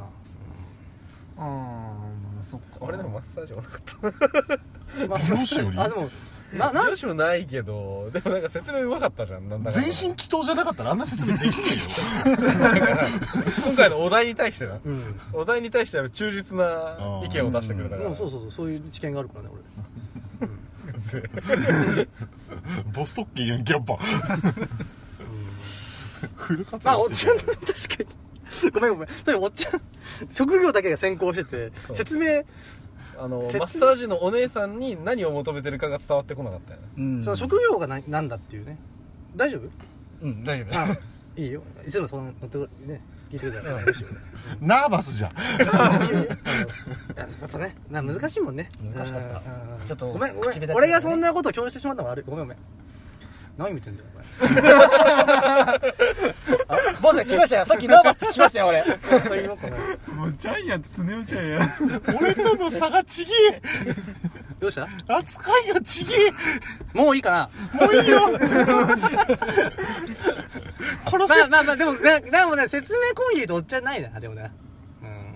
B: あーまあそっか
A: 俺でもマッサージもなかった
D: まあ
C: 美容師よ り
D: あでもなナー
A: 話もないけどでもなんか説明うまかったじゃんなんだか
C: 全身祈祷じゃなかったらあんな説明できね
A: 今回のお題に対してな
D: うん
A: お題に対しては忠実な意見を出してくれた
D: で
A: から
D: もそうそうそうそういう知見があるからね俺
C: えよボストッキンやんけやっぱフル活
D: まあお
C: 動
D: っち
C: して
D: ゃん
C: る
D: 確かにごめんごめんとにかくおっちゃん職業だけが先行してて
A: う
D: 説明
A: あのマ
D: 説
A: ッサージのお姉さんに何を求めてるかが伝わってこなかったよね
E: うん
D: その職業がななんだっていうね大 丈夫
E: うん大丈夫
D: あいいよいつもそんな乗ってくれね聞いてくれたら 嬉しいよね
C: ナーバスじゃん
D: いいよいいよあのやっぱねな難しいもんね
E: 難しか
D: う
E: った
D: んうん
E: ちょっと
D: ごめんごめ
E: 口
D: ん
E: 下手だけどね
D: 俺がそんなことを共有してしまったの悪いごめんごめん何見てんだよ
E: ボス来ましたよさっきナーバスって来ましたよ俺
D: お前そういうことね
B: もうジャイアントスネ夫ちゃんや
C: 俺との差がちげえ
D: どうした
C: 扱いがちげ
D: もういいかな
C: えもういいよ
D: まあ
C: 殺せ
D: まあまあでもなでもね説明込みで言うとおっちゃんないなでもねうん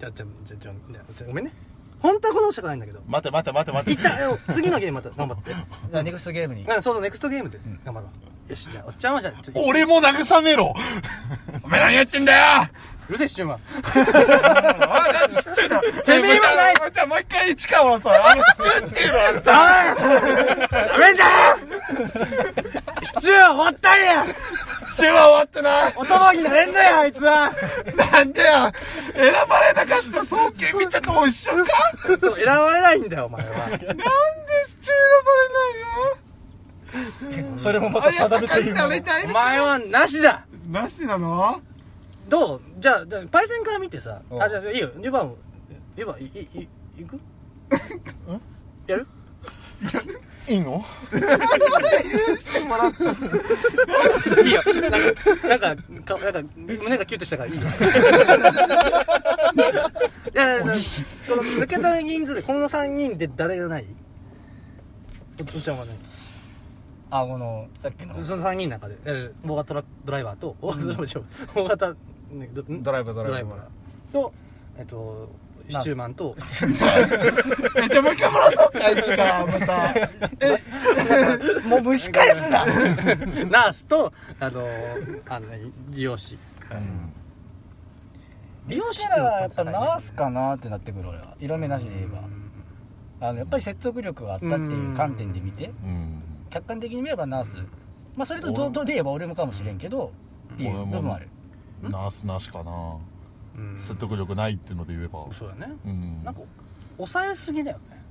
D: じゃあじゃあじゃあじゃあじゃあおっちゃんごめんね本当はこのしたくないんだけど
C: 待て待て待て待
D: 一
C: て
D: 旦あの次のゲームまた頑張って
E: じゃあネクストゲーム
D: う
E: に
D: んそうそうネクストゲームで頑張ろうよしじゃあおっちゃんはじゃあちょっと
C: 俺も慰めろ
B: お前何やってんだよ
D: うるせえシチュンは
B: てめえはないじゃあもう一回市川をさ、あのシチューっていうのはさ、
D: シチュンは終わったんや
B: シチューは終わってない
D: お玉になれんのやあいつは
B: なんでや選ばれなかった総計見ちゃとも一緒かなんで
D: そう選ばれないんだよお前は
B: シチュ
E: それもま
B: ー
E: た
B: 選ばれ
E: 定
B: な
E: め
B: いのあ
E: て
B: れ、高
E: る
B: い誰だ
D: お
B: い
D: 前はなしだ
B: なしなの
D: どうじゃあだパイセンから見てさ
A: うん
D: あじゃあいいよ2番を2番いいいいくやる
C: いいの
D: いいよなんかなんかかなんか胸がキュッとしたからいいよいやいやいやこの抜けた人数でこの3人で誰がないおおっちゃんはね
E: あこのさっきの
D: その3人の中で、えー大型トラドライバーと、大型ドライバーじゃない 大型、ねどん
A: ドライバード
D: ド
A: ラ
D: ラ
A: イ
D: イ
A: バ
D: バ
A: ー
D: ーと、えっと、シチューマンと、
B: え、じゃあもう一回もらそうか、市川、また。
E: もう蒸し返すな
D: ナースと、あの、あの、理容師。
E: 美容師ならやっぱナースかなってなってくる俺は色目なしで言えばあのやっぱり説得力があったっていう観点で見て
C: うん
E: 客観的に見ればナースまあそれと同等で言えば俺もかもしれんけどっていう部分はある
C: ナースなしかな
D: うん
C: 説得力ないっていうので言えば
D: そうだね。
C: うん
D: なんか、抑えすぎだよね。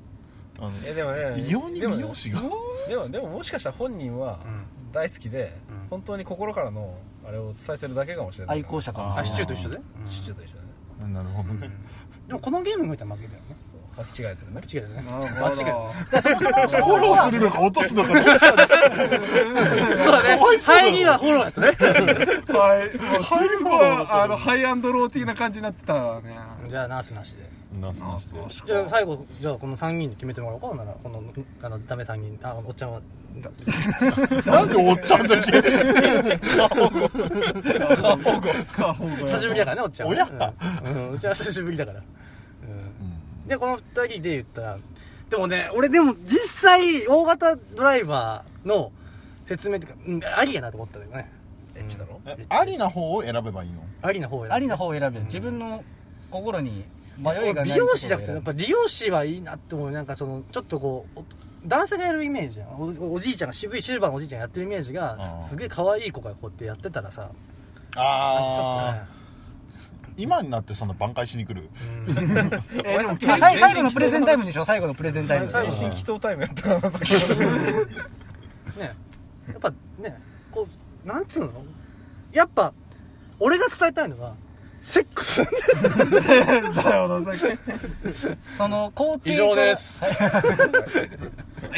C: あの
A: えでもね
C: 異様に
A: でもね
C: 美容師が
A: でもでももしかしたら本人は大好きで、
D: うん
A: 本当に心からのあれを伝えてるだけかもしれない
E: 愛好者か
C: あ
E: も
D: あ、
E: し
D: シチューと一緒で。
A: シチューと一緒だね
C: なるほどね
D: でもこのゲームにおいては負けだよね。
A: そう履き違えてるね
D: 違うよね。
B: 間違
C: フォローするのか落とすのかどっちかです
D: そうだね
C: かわい。そうだな
D: 入りはフォローだったね。
B: はい、もうすごい、あの、ハイアンドロー的な感じになってたわね。
D: じゃあ、ナースなしで。
C: ナースなしで
D: じゃあ最後じゃあこの3人で決めてもらおうかならこのあのダメ3人あおっちゃんは
C: なんでおっちゃんだけ
D: 久しぶりだからねおっちゃんは
C: 親か
D: うん、うんおっちゃんは久しぶりだから、うん、でこの2人で言ったらでもね俺でも実際大型ドライバーの説明っていうか、うん、ありやなと思ったけどね
A: エッチだろ
C: えありな方を選べばいいの
D: ありな方を選ん
E: れ
D: で
E: ありな方を選べる自分の心に迷いがない
D: 美容師じゃなくてやっぱ
E: り
D: 理容師はいいなって思うなんかそのちょっとこうお男性がやるイメージじゃんおおじいちゃんが渋いシルバーのおじいちゃんがやってるイメージが
C: うん
D: すすげえ可愛い子がこうやってやってたらさ
C: ああ
D: ち
C: 今になってその挽回しに来る
D: ょっとね、
B: え、でも、
E: 最最後のプレゼンタイムでしょ最後のプレゼンタイム
D: 最後
A: 心祈祷タイムやったからさう
D: うんねやっぱねこうなんつうのやっぱ俺が伝えたいのはセックスなんだよ
E: その工程
F: 以上です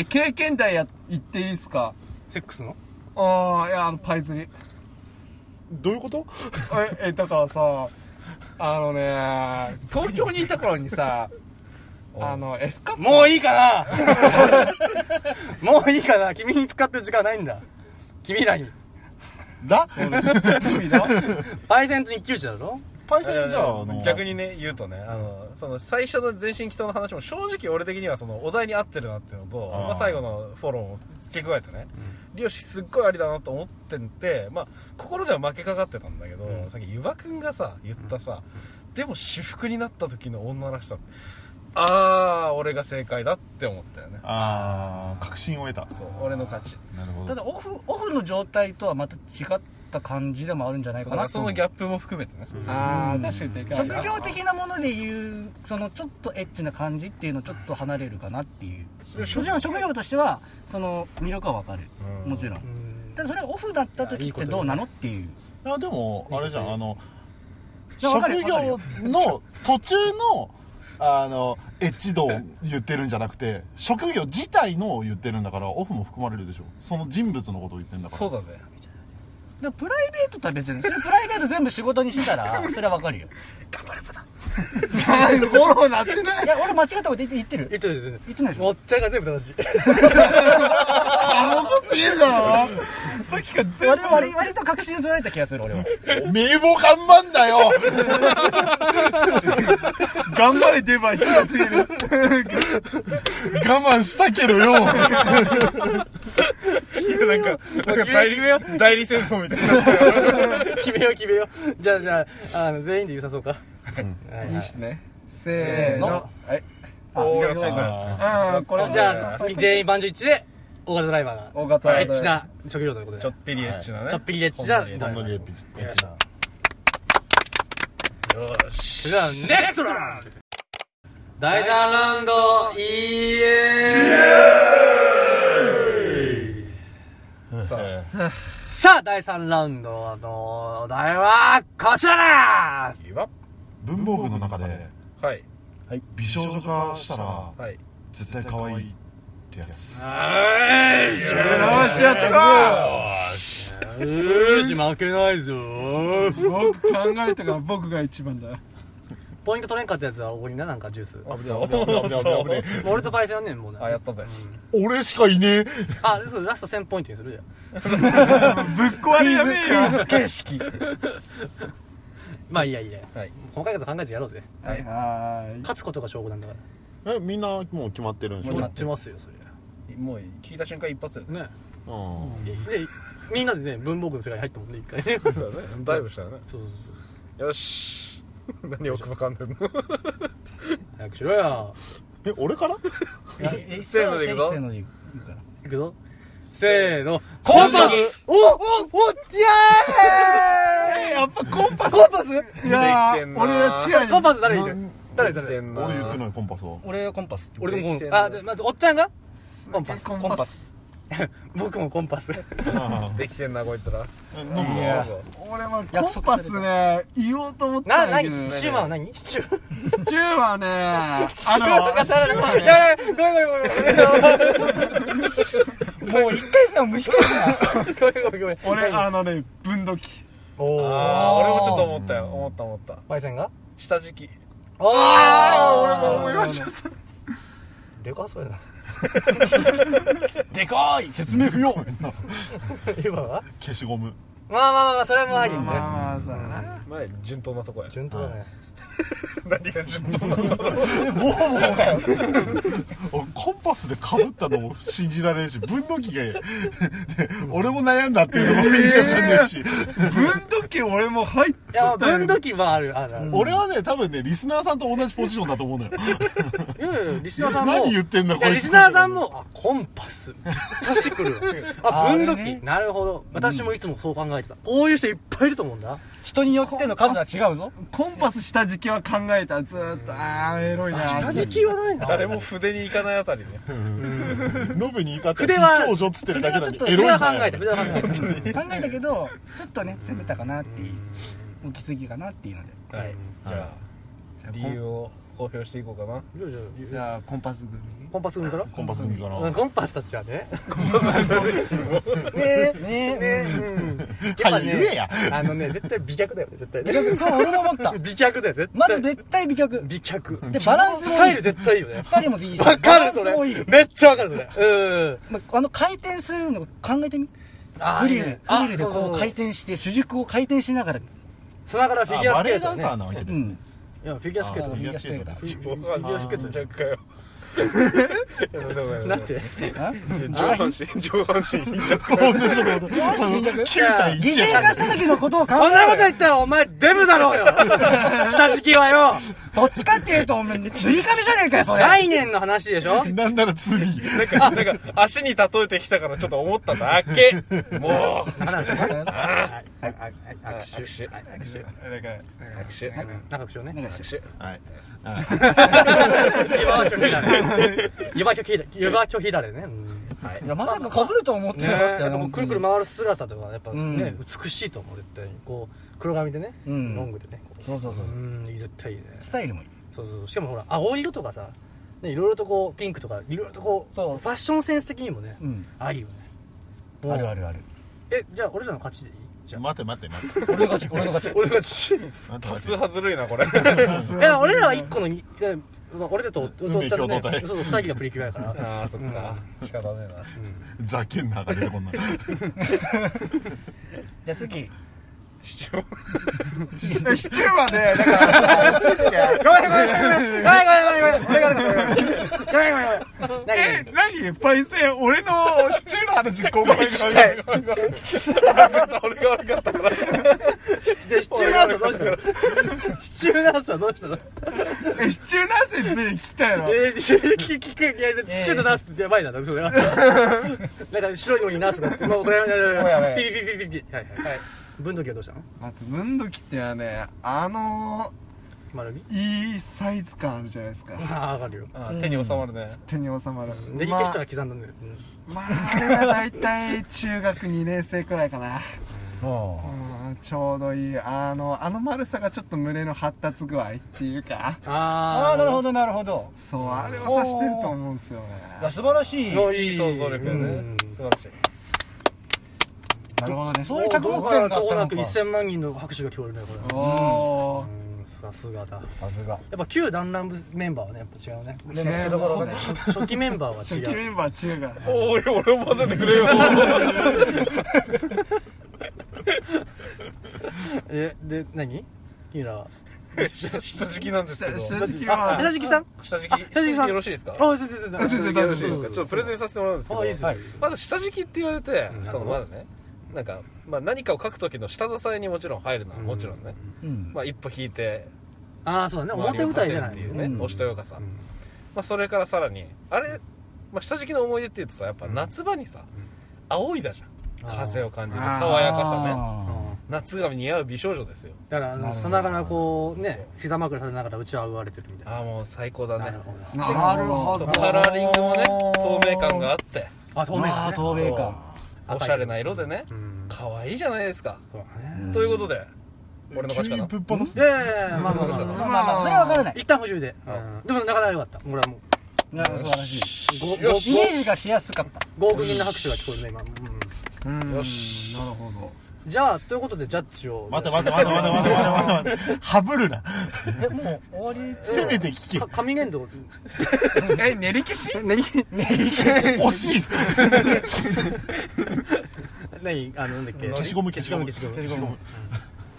B: 経験談や、言っていいですか
D: セックスの
B: ああ、いや、あの、パイ釣り。
C: どういうこと
B: え、え、だからさ、あのね、東京にいた頃にさ、あの、F カップ。
D: もういいかなもういいかな君に使ってる時間はないんだ君らに
C: だ
D: パイセント一騎打ちだろ
C: パイセンじゃああ
A: ん
C: の
A: 逆にね言うとねあのその最初の全身祈祷の話も正直俺的にはそのお題に合ってるなっていうのと
C: あー
A: まあ、最後のフォローを付け加えてね利用しすっごいありだなと思ってんて、まあ、心では負けかかってたんだけど、さっき湯葉くんがさ言ったさ、でも私服になった時の女らしさああ俺が正解だって思ったよね
C: ああ確信を得た
A: そう俺の勝ち
C: なるほ
E: た
C: ど
E: だオフオフの状態とはまた違った感じでもあるんじゃない
A: そ
E: か
A: うだか
E: な
A: らそのギャップも含めてね
B: ああ、確かにでかい
E: 職業的なものでいうそのちょっとエッチな感じっていうのちょっと離れるかなっていうもちろん職業としてはその魅力はわかる
A: うん
E: もちろん
D: うん
E: ただそれはオフだった
D: い
E: 時
D: やい
E: っ
D: いこ
E: て
D: と
E: どうなのっていう
C: いやでもあれじゃんあの
E: やわか
C: 職
E: る
C: 業の途中のあのエッジ度を言ってるんじゃなくて職業自体のを言ってるんだからオフも含まれるでしょその人物のことを言ってんだから
A: そうだぜ
E: でもプライベートとは別にそれプライベート全部仕事にして たらそれはわかるよ
B: フォローなってない
E: いや俺間違ったこと言って言って
D: 言
E: る
D: ってる言ってる
E: 言ってないでし
D: お
E: ょ
D: っちゃんが全部正しい
B: あのこ
C: すぎるだろ
B: さっきから全
E: 割割割と確信を取られた気がする俺は
C: 名簿看板だよ
B: 頑張れデバイ強すぎる。
C: 我慢したけどよ
A: なんか、なんか代 理、代理戦争みたいな。
D: 決めよう決めようじゃあじゃああの全員で言うさそうか、はいはい
B: ね。せーの。はい。
C: おー
E: いろいろ
C: やっ
B: ああ、これ
D: じゃあ全員満場一致で大型ドライバーが
B: 大型
D: エッチな職業ということで
A: ちょっぴりエッチなね。
D: ちょっぴりエッチなドライ
C: た
D: バ
C: ほ
D: ー
C: んのりエピエッチな
D: それではネクストラウンド第3ラウンドイエーイ
C: え
D: さあ第3ラウンドのお題はこちらだ
A: いいわ
C: ー文房具の中で
A: はい。
C: 美少女化したら
A: はい。
C: 絶対可愛いってやつ
B: よし、やってこ
D: うーし負けないぞ
B: う僕考えたから僕が一番だ。
D: ポイント取れんかったやつはおごりななんかジュース
A: あぶねあぶねあぶねあぶねあぶね
D: 俺とパイセンはねもうね
A: あ、やったぜ。
C: 俺しかいねえ
D: あそうラスト1000ポイントにするじゃん
B: 壊れやめよ。
E: 形式
D: まあいいやいいや、
A: はい
D: 細かいこと考えずやろうぜ
B: はい。
D: 勝つことが勝負なんだから
C: えみんなもう決まってるんでし
D: 決ま
C: ょ
D: ってますよそ
A: もう、聞いた瞬間一発やね。
D: れね
C: うん
D: でみんなでね文房具の世界に入ったもんね一回ねそう
A: そうだね。ダイブしたね。
D: そうそう
A: よし。 何奥ばかんでんの
D: 早くしろよ
C: え俺から
A: せーのでいくぞ
E: せーのでいくから
D: いくぞせーのコンパスおおおイエーイやっぱコンパスコンパス
B: いや
A: できてん
B: ー、
A: な
B: 俺は違う
D: コン
B: よ。
D: パス誰いる誰
A: 来て
D: 誰
A: んな
C: 俺言ってないコンパ スは
E: 俺はコンパス
D: 俺
A: で
D: も
A: き
D: コ
A: てん
D: ン
A: な
D: あでまずおっちゃんがコンパス
B: コン
E: コンパ
B: パス。
E: ス
D: 僕もコンパ ス
A: できてんな、こいつら。
C: ノ
B: い
C: ブは
B: や、俺はコンパスね、言おうと思った
D: な、
B: んだけど
D: 何シチューマンは何シチュー
B: シチュー はね、あ
D: あの、
B: の、シチューはね、
D: やばいごめんごめんごめん。もう一回さ、蒸し返すな。ごめんごめんごめん。
B: 俺、あのね、分度器。
D: お
A: ああ、
D: ー。
A: 俺もちょっと思ったよ。思った思った。
D: パイセンが
A: 下敷き。
D: おー
B: 俺も思いました。
D: でかそうやな。
E: でかい
C: 説明不要
D: 今は
C: 消しゴム
D: まあまあまあ、それもありね。
B: まあまあ、そうだな。
A: まあ、順当なとこや。
D: 順当だね。
A: 何が順当なの
C: 俺コンパスで被ったのも信じられるし分度器 がで俺も悩んだっていうのも見てたんだし
B: 分度器俺も入っ
D: いや、分度器はある、あるある。
C: 俺はね多分ねリスナーさんと同じポジションだと思うのよ
D: いやいや、リスナーさんも。
C: 何言っ
D: い
C: てんだこ
D: や、
C: いつ
D: リスナーさんも、あ、コンパス。出してくるわ。あ、分度
E: あれ
D: 器
E: ね。
D: なるほど。私もいつもそう考えてた。こういう人いっぱいいると思うんだ。
E: 人によっての数は 違うぞ
B: コンパス下敷きは考えたずーっとああエロいな
D: 下敷きはないな。
A: 誰も筆に行かないあたりね。
C: ノブに至って
D: 筆
C: 美
D: は
C: 少女っつってるだけなのにエ
D: 筆
C: ロい
D: は
C: んだ
D: 考え
C: よ
D: た、筆は考えた。
E: 考えたけどちょっとね攻めたかなっていう大きすぎかなっていうので
A: はい。じゃあ、理由を公表していこうかな。
D: いやいやいや
B: じゃあコンパス組
D: コンパス組から
C: コンパス組か
D: うん
C: ら
D: コンパスたちはね。
E: ねえね
D: ね
E: え
D: うん。
C: はい言えや
D: あのね、絶対美脚だよね、絶対
E: 美
D: ね。
E: 脚そう俺も 思った
D: 美脚だよ、絶対。
E: まず絶対美脚
D: 美脚。
E: でバランスもいい
D: スタイル絶対いいよね。
E: 二人もいいし
D: わかる、
E: バラン
D: そ
E: スもいい
D: れ。めっちゃわかる、それ。うん。
E: まあの回転するの考えてみ
D: あー
E: グリル
D: いいね
E: グリルで
D: あそうそうそ
E: こ
D: うう
E: 回転して主軸を回転しながら
D: さながらフィ
C: あ
D: ギュア
C: バ
D: ス
C: レ
D: ケ
C: エ
D: ー
C: ダ
D: ト
C: ンサー
D: ね。
C: なわけで
E: う
C: すね
E: ん
D: いや、フィギュアスケー
C: あ
D: ト
C: フ
D: だ
C: ィ
D: ね
C: ギュアスケートだ
A: 僕は
D: 美容師ケット
A: ちゃんかよ。
D: なんて。
A: 上半身、上半 身。
C: 同じこと思った多分9対
E: 擬
C: 1
E: 人
C: や
E: 化した時のことを考
D: そんなこと
E: え
D: 言ったらお前デブだろう よ下敷きはよ
E: どっちかっていうと お前塗り壁じゃねえかよそれ
D: 概念の話でしょ
C: なんなら 2D
A: なんか、なんか、足に例えてきたからちょっと思っただけ。もう。
D: 話ねはいはいはいはい握手
A: 握手。握手。なんか、握手。
D: 仲良くしようね
A: 握手。
C: はい
D: 湯葉拒否だね湯葉拒否だ湯葉拒否だれねうん
E: いやまさかかぶるとは思って
D: ね
E: なかった
D: や
E: よ
D: っぱこうくるくる回る姿とかやっぱね
E: う
D: 美しいと思う絶対にこう黒髪でねロ
E: うん
D: ングでねこ
E: そうそうそうう
D: うん絶対いいね
E: スタイルもいい
D: そうそうそうしかもほら青色とかさねいろいろとこうピンクとかいろいろとこうフ
E: そ
D: ァッションセンス的にもね
E: うん
D: ありよね
E: あるあるある
D: えじゃあ俺らの勝ちでいいじゃあ
C: 待て待て待て
D: 俺の勝ち、俺の勝ち、俺の勝ち。
C: 待て
A: 多
C: 待
A: 数
C: て
A: 派ずるいなこれ
D: いや、俺らは一個のに、いやまあ俺らと、
C: 運
D: と
C: 命共同体
D: ねそうそう、二人がプリキュアやから。
A: ああそっか仕方ねえな
C: ざけんな流れでこんなの
E: じゃあ次
B: シチ
A: 主張
B: ューはね、だから、え、何パイセン、俺のシチューの話、ここに来たい。
A: 俺が悪かったから
D: で、シチューナースはどうしたのシチューナースはどうしたの
B: え、シチューナースについて聞きたいの。
D: えー、聞く、いや、シチューとナースってやばいな、それ は。なんか、白い鬼にナースがあって、もうこれ、これピリピリピリピリ。はいはいはい。分度器はどうしたの
B: まず、ムンドキってはね、あの
D: 丸み
B: ー、いいサイズ感あるじゃないですか。
D: ああ、わかるよ。
A: あー手に収まるね
B: 手に収まる。
D: ネギ消しとが刻んだんだよ。うん
B: まあ、まあ、あれは大体中学2年生くらいかな。
E: お
B: うんちょうどいい。あの、あの丸さがちょっと胸の発達具合っていうか、
D: あ
E: ああなるほ
D: ど。
E: どなるほど
B: そう、あれを指してると思うんですよね。
E: いや素晴らしい
A: いいいい想像力や
D: う
A: ね
D: ん
A: 素晴らしい
E: なるほどね
D: そ
E: そうう
D: い
E: いうう
D: 着
E: 着
D: 目
E: 目
D: 点
E: 点
D: があっ
E: があったた
D: の
E: の
D: か
E: か
D: 1000万人の拍手が聞こえるねこれ
B: お
D: う
B: ー。
D: んさすがだや
E: さすが
D: っぱ旧弾丸部メンバーはねやっぱ違うね
E: 目の付けどころがね
D: 初期メンバーは
B: 初期
D: 違
B: メ
D: う
B: ンバー中学。
A: おい俺を混ぜてくれよ
D: えで何君らは
A: 下下敷きなんですけど
B: 下敷きは、
D: 平敷さん
A: 下敷き
D: 下
A: 下
D: 敷
A: 敷
D: き
A: き
D: さん
A: よろしいですか
D: あそうそうそうそう
B: 全然大丈夫です
A: ちょっとプレゼンさせてもらうんですけど
D: あいいですよ
E: はい
A: まず下敷きって言われて、
D: うん
A: そのまだねなんか、まあ、何かを書く時の下支えにもちろん入るのはもちろんね、
E: うん
A: まあ、一歩引いて
D: ああそうだね表舞台じゃない
A: 周りを立てるっていうね、
E: うん
A: おしとやかさ、まあ、それからさらにあれ、まあ、下敷きの思い出っていうとさやっぱ夏場にさ、仰いだじゃん
D: あー
A: 風を感じる
B: あー
A: 爽やかさね
E: あ
D: うん
A: 夏が似合う美少女ですよ
D: だからあ
E: な
D: の
E: るほど
D: さながらこうね膝枕されながらうちは生まれてるみたい
A: ああもう最高だ
D: なな
A: ね
D: るほど
B: なるほ
A: そ
B: ど
A: う。カラーリングもね透明感があって
D: あ透
E: ー
D: 明
E: ま
D: だ
E: あ
D: ね
E: 透明感
A: おしゃれな色でね
D: うん
A: 可愛いじゃないですか、
D: そうだね
A: ということで俺の
C: 急
A: 勝ちか
C: に
A: な
C: ぶっ放す
D: いやいやいやまあまあまあ
E: ま
D: ま
E: あ
D: あ
E: まあまあそれは分からない
D: 一旦補充でうんでもなかなか良かった俺はもう
E: なるほど素晴らし
D: ごご
E: いイメージがしやすかった
D: ご豪気な拍手が聞こえるね今うん
B: うん
A: よし
B: なるほど。
D: じゃあということでジャッジを
C: 待て待て待て待て待て待て待てはぶるな
E: えもう終わり
C: せめて聞
D: か上限度
B: え、練り消し
D: 何
C: け惜しい
D: 何あのなんだっけ
C: 消しゴム消しゴム
D: 消しゴム
C: 消しゴム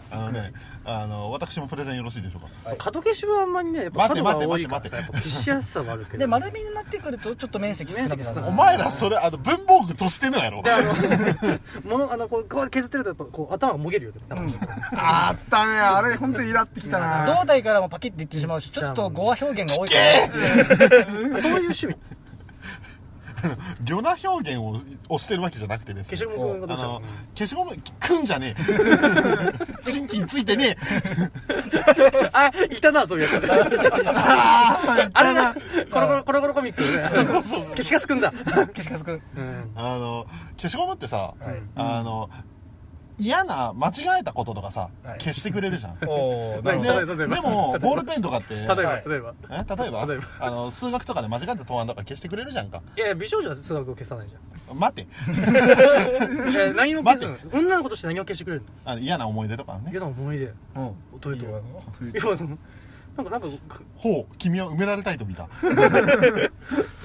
C: あのねあの私もプレゼンよろしいでしょうか
D: 角消しはあんまりねやっぱ角が
C: 待て
D: 多
C: 待
D: い
C: て
D: か
C: 待
D: ら
C: て
D: やっぱ消しやすさはあるけど
E: で丸みになってくるとちょっと面積少なく
D: 面積少
E: な
D: な
E: る
D: い
C: お前らそれあの文房具としてのやろ
D: であ のものあのこうこう削ってるとやっぱこう頭がもげるよね頭が
B: あったね。あれ、ほんとイラってきたな。
E: 胴体からもパキッていってしまうしちょっと語話表現が多いか
D: あそういう趣味
C: 魚な表現を押してるわけじゃなくてですね
D: 消しゴムくんがど
C: あ
D: うした
C: の
D: の
C: 消しゴムくんじゃねえチンチンついてねえ
D: あいたなそういうやつあれだコロコロコロコロコミックね
C: そうそうそう
D: 消しカスくんだ
E: ら消しカスくん
D: うん
C: あの消しゴムってさ、あの嫌な間違えたこととかさ、
A: はい
C: 消してくれるじゃんで
A: おおな
D: は
A: る
D: い例えば例
A: ほ
C: で
D: えば
C: もボールペンとか って例え
D: 例え
A: はい
D: ば例えば
C: え例えば
D: 例えば
C: あの数学とかで間違った答案とか消してくれるじゃんか
D: いやいや美少女は数学を消さないじゃん
C: 待て
D: えー何を消すの女の子として何を消してくれるの
C: あの嫌な思い出とかね
D: 嫌な思い出
E: うん
D: トイ
A: ど
D: レ
A: い
D: と
A: いよ
D: なんかなんかく
C: ほう君は埋められたいと見 たコンク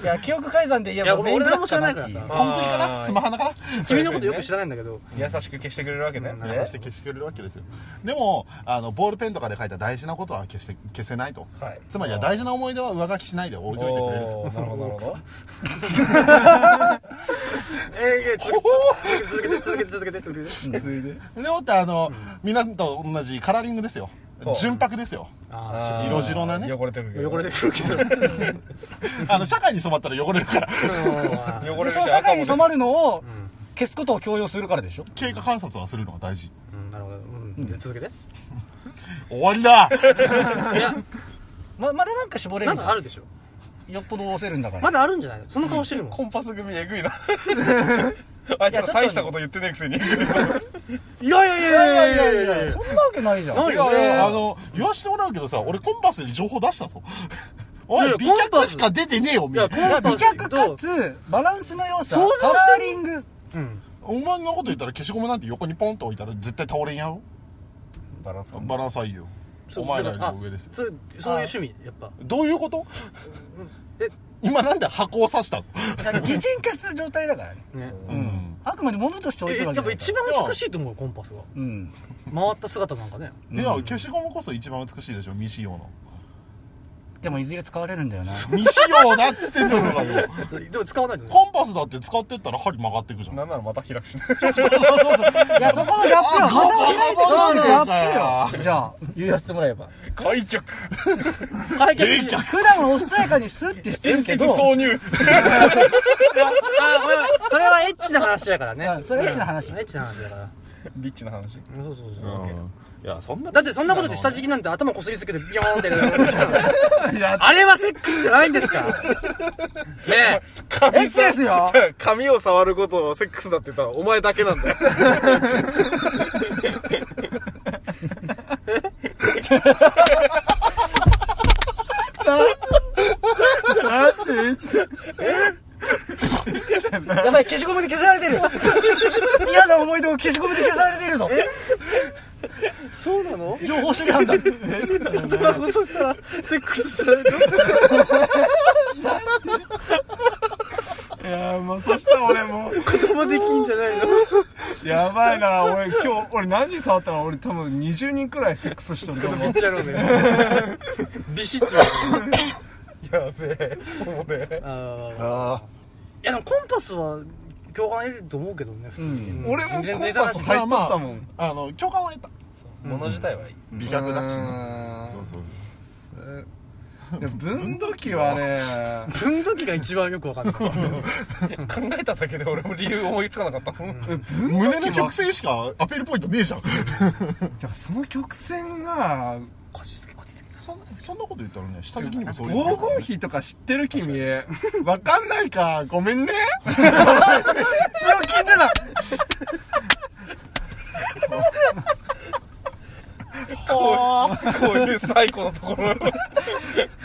E: いや記憶改ざんで言え
D: いやご
E: ば
D: めん
E: メインブ
D: 俺ら
E: ラックか
D: も知らな
E: ないっ
D: から
E: て
D: さ
E: いう
C: リか
A: あ
C: な
A: ー
C: スマハナかな
D: 君のことよく知らないんだけど
A: 優しく消してくれるわけね
D: うん
C: 優しく消してくれるわけですよでもあのボールペンとかで書いた大事なことは消して消せないと
A: はい
C: つまりは大事な思い出は上書きしないで置いといてくれると
A: おーなるほどなるほど
D: えいや続けて続けて続けて続けて続けて
C: でもってあの、みんなと同じカラーリングですよ
A: ほう
C: 純白ですよ
D: あ
A: あー
C: 色白なね
A: 汚れてるけど
D: 汚れてくるけどうん
C: あの社会に染まったら汚れ るから
A: 汚
E: で
A: れるし
E: その社
A: 赤
E: 会
A: も
E: に
A: 出
E: 染まるのを消すことを強要するからでしょ
C: 経過観察はするのが大事
D: うんなるほどうんで続けて
C: 終わりだ
D: いや
E: ままだなんか絞れ
D: なん
E: るじ
D: かあ
E: ゃ
D: るでしょ
E: んよっぽど押せるんだから
D: まだあるんじゃないのその顔してるもん
A: コンパス組えぐいなあいつら大したこと言ってねえくせに
D: いやいやいやいやいやいやいや
E: そんなわけないじゃん
D: ないい
C: や
D: よ
C: いやあ
D: ね
C: の言わしてもらうけどさ俺コンパスに情報出したぞ お
D: い
C: い
D: や
C: 美
D: コンパ
C: 脚
D: ス
C: しか出てねえよみ
D: い
C: んな
D: や
C: い
D: コンパ
E: 美
D: ス
E: 脚
D: と
E: かつバランスの良さ
D: 想像
E: カ
D: し
E: ラーリング
D: うん
C: お前のこと言ったら消しゴムなんて横にポンと置いたら絶対倒れんやろ
A: バランス感
C: バランスはいいよお前らよりも上ですよ
D: そうそういう趣味やっぱ
C: どういうこと
F: え
C: 今なんで箱を刺したの
E: だから擬人化した状態だからね
F: ね
C: うん
E: あくまで物として置い
D: え
E: てるわけ
D: で
E: だか
D: も
E: ら
D: 一番美しいと思うよコンパスが
E: うん
D: 回った姿なんかね
C: いや消しゴムこそ一番美しいでしょ未使用の
E: でもいずれ使われるんだよな
C: 未使用だっつってんだろうがもう
D: でも使わないとね
C: コンパスだって使ってったら針曲がっていくじゃん
A: なんならまた開くしない
C: そうそうそうそう
E: いやそこのギャップよ
C: あ
E: 肌を開いてくれる
C: そう
E: ギャ
C: な
E: ップよじゃあ言わせてもらえば
A: 開脚
E: 解決し普段はおしとやかにスッてしてるけど
A: 挿
D: あ
A: 入
D: ごめんごめんそれはエッチな話やからね
E: うんそれはエッチな話
D: エッチな話だから
A: リッチな話
D: そうそうそう
C: うんいやそんな
D: だってそんなことで下敷きなんて頭こすりつけてビヨーンって やるあれはセックスじゃないんです かね
E: エッチですよ
A: じゃあ髪を触ることをセックスだって言ったらお前だけなんだよ
E: やばい消しゴムで消されてる嫌な思い出を消しゴムで消されてるぞ
D: えそうなの
E: 情報処理 班だ
D: 頭こすったらセックスじゃない
B: いやもうそしたら俺も
D: 頭できんじゃないの
B: やばいな俺今日俺何人触ったら俺多分20人くらいセックスしとると思
D: めっ
B: う
D: ちゃやろうねビシッちまう
A: やべえ俺
D: あー
C: あ
D: いやでもコンパスは共感得ると思うけどね普通に
B: 俺もコンパス入っとったもん
C: ああの共感は得た
A: 物自体はいい
C: 美脚だしね
B: う
C: そ
B: ん
C: うそう
B: いや分度器はね
D: 分度器が一番よくわかんない
A: 考えただけで俺も理由思いつかなかったもん
C: 胸の曲線しかアピールポイントねえじゃん
B: いやその曲線が
C: そんなそんなこと言ったらね下敷きにもそういう
B: 黄金比とか知ってる君わかんないかごめんね
E: それを聞いてた
A: こういう最高のところ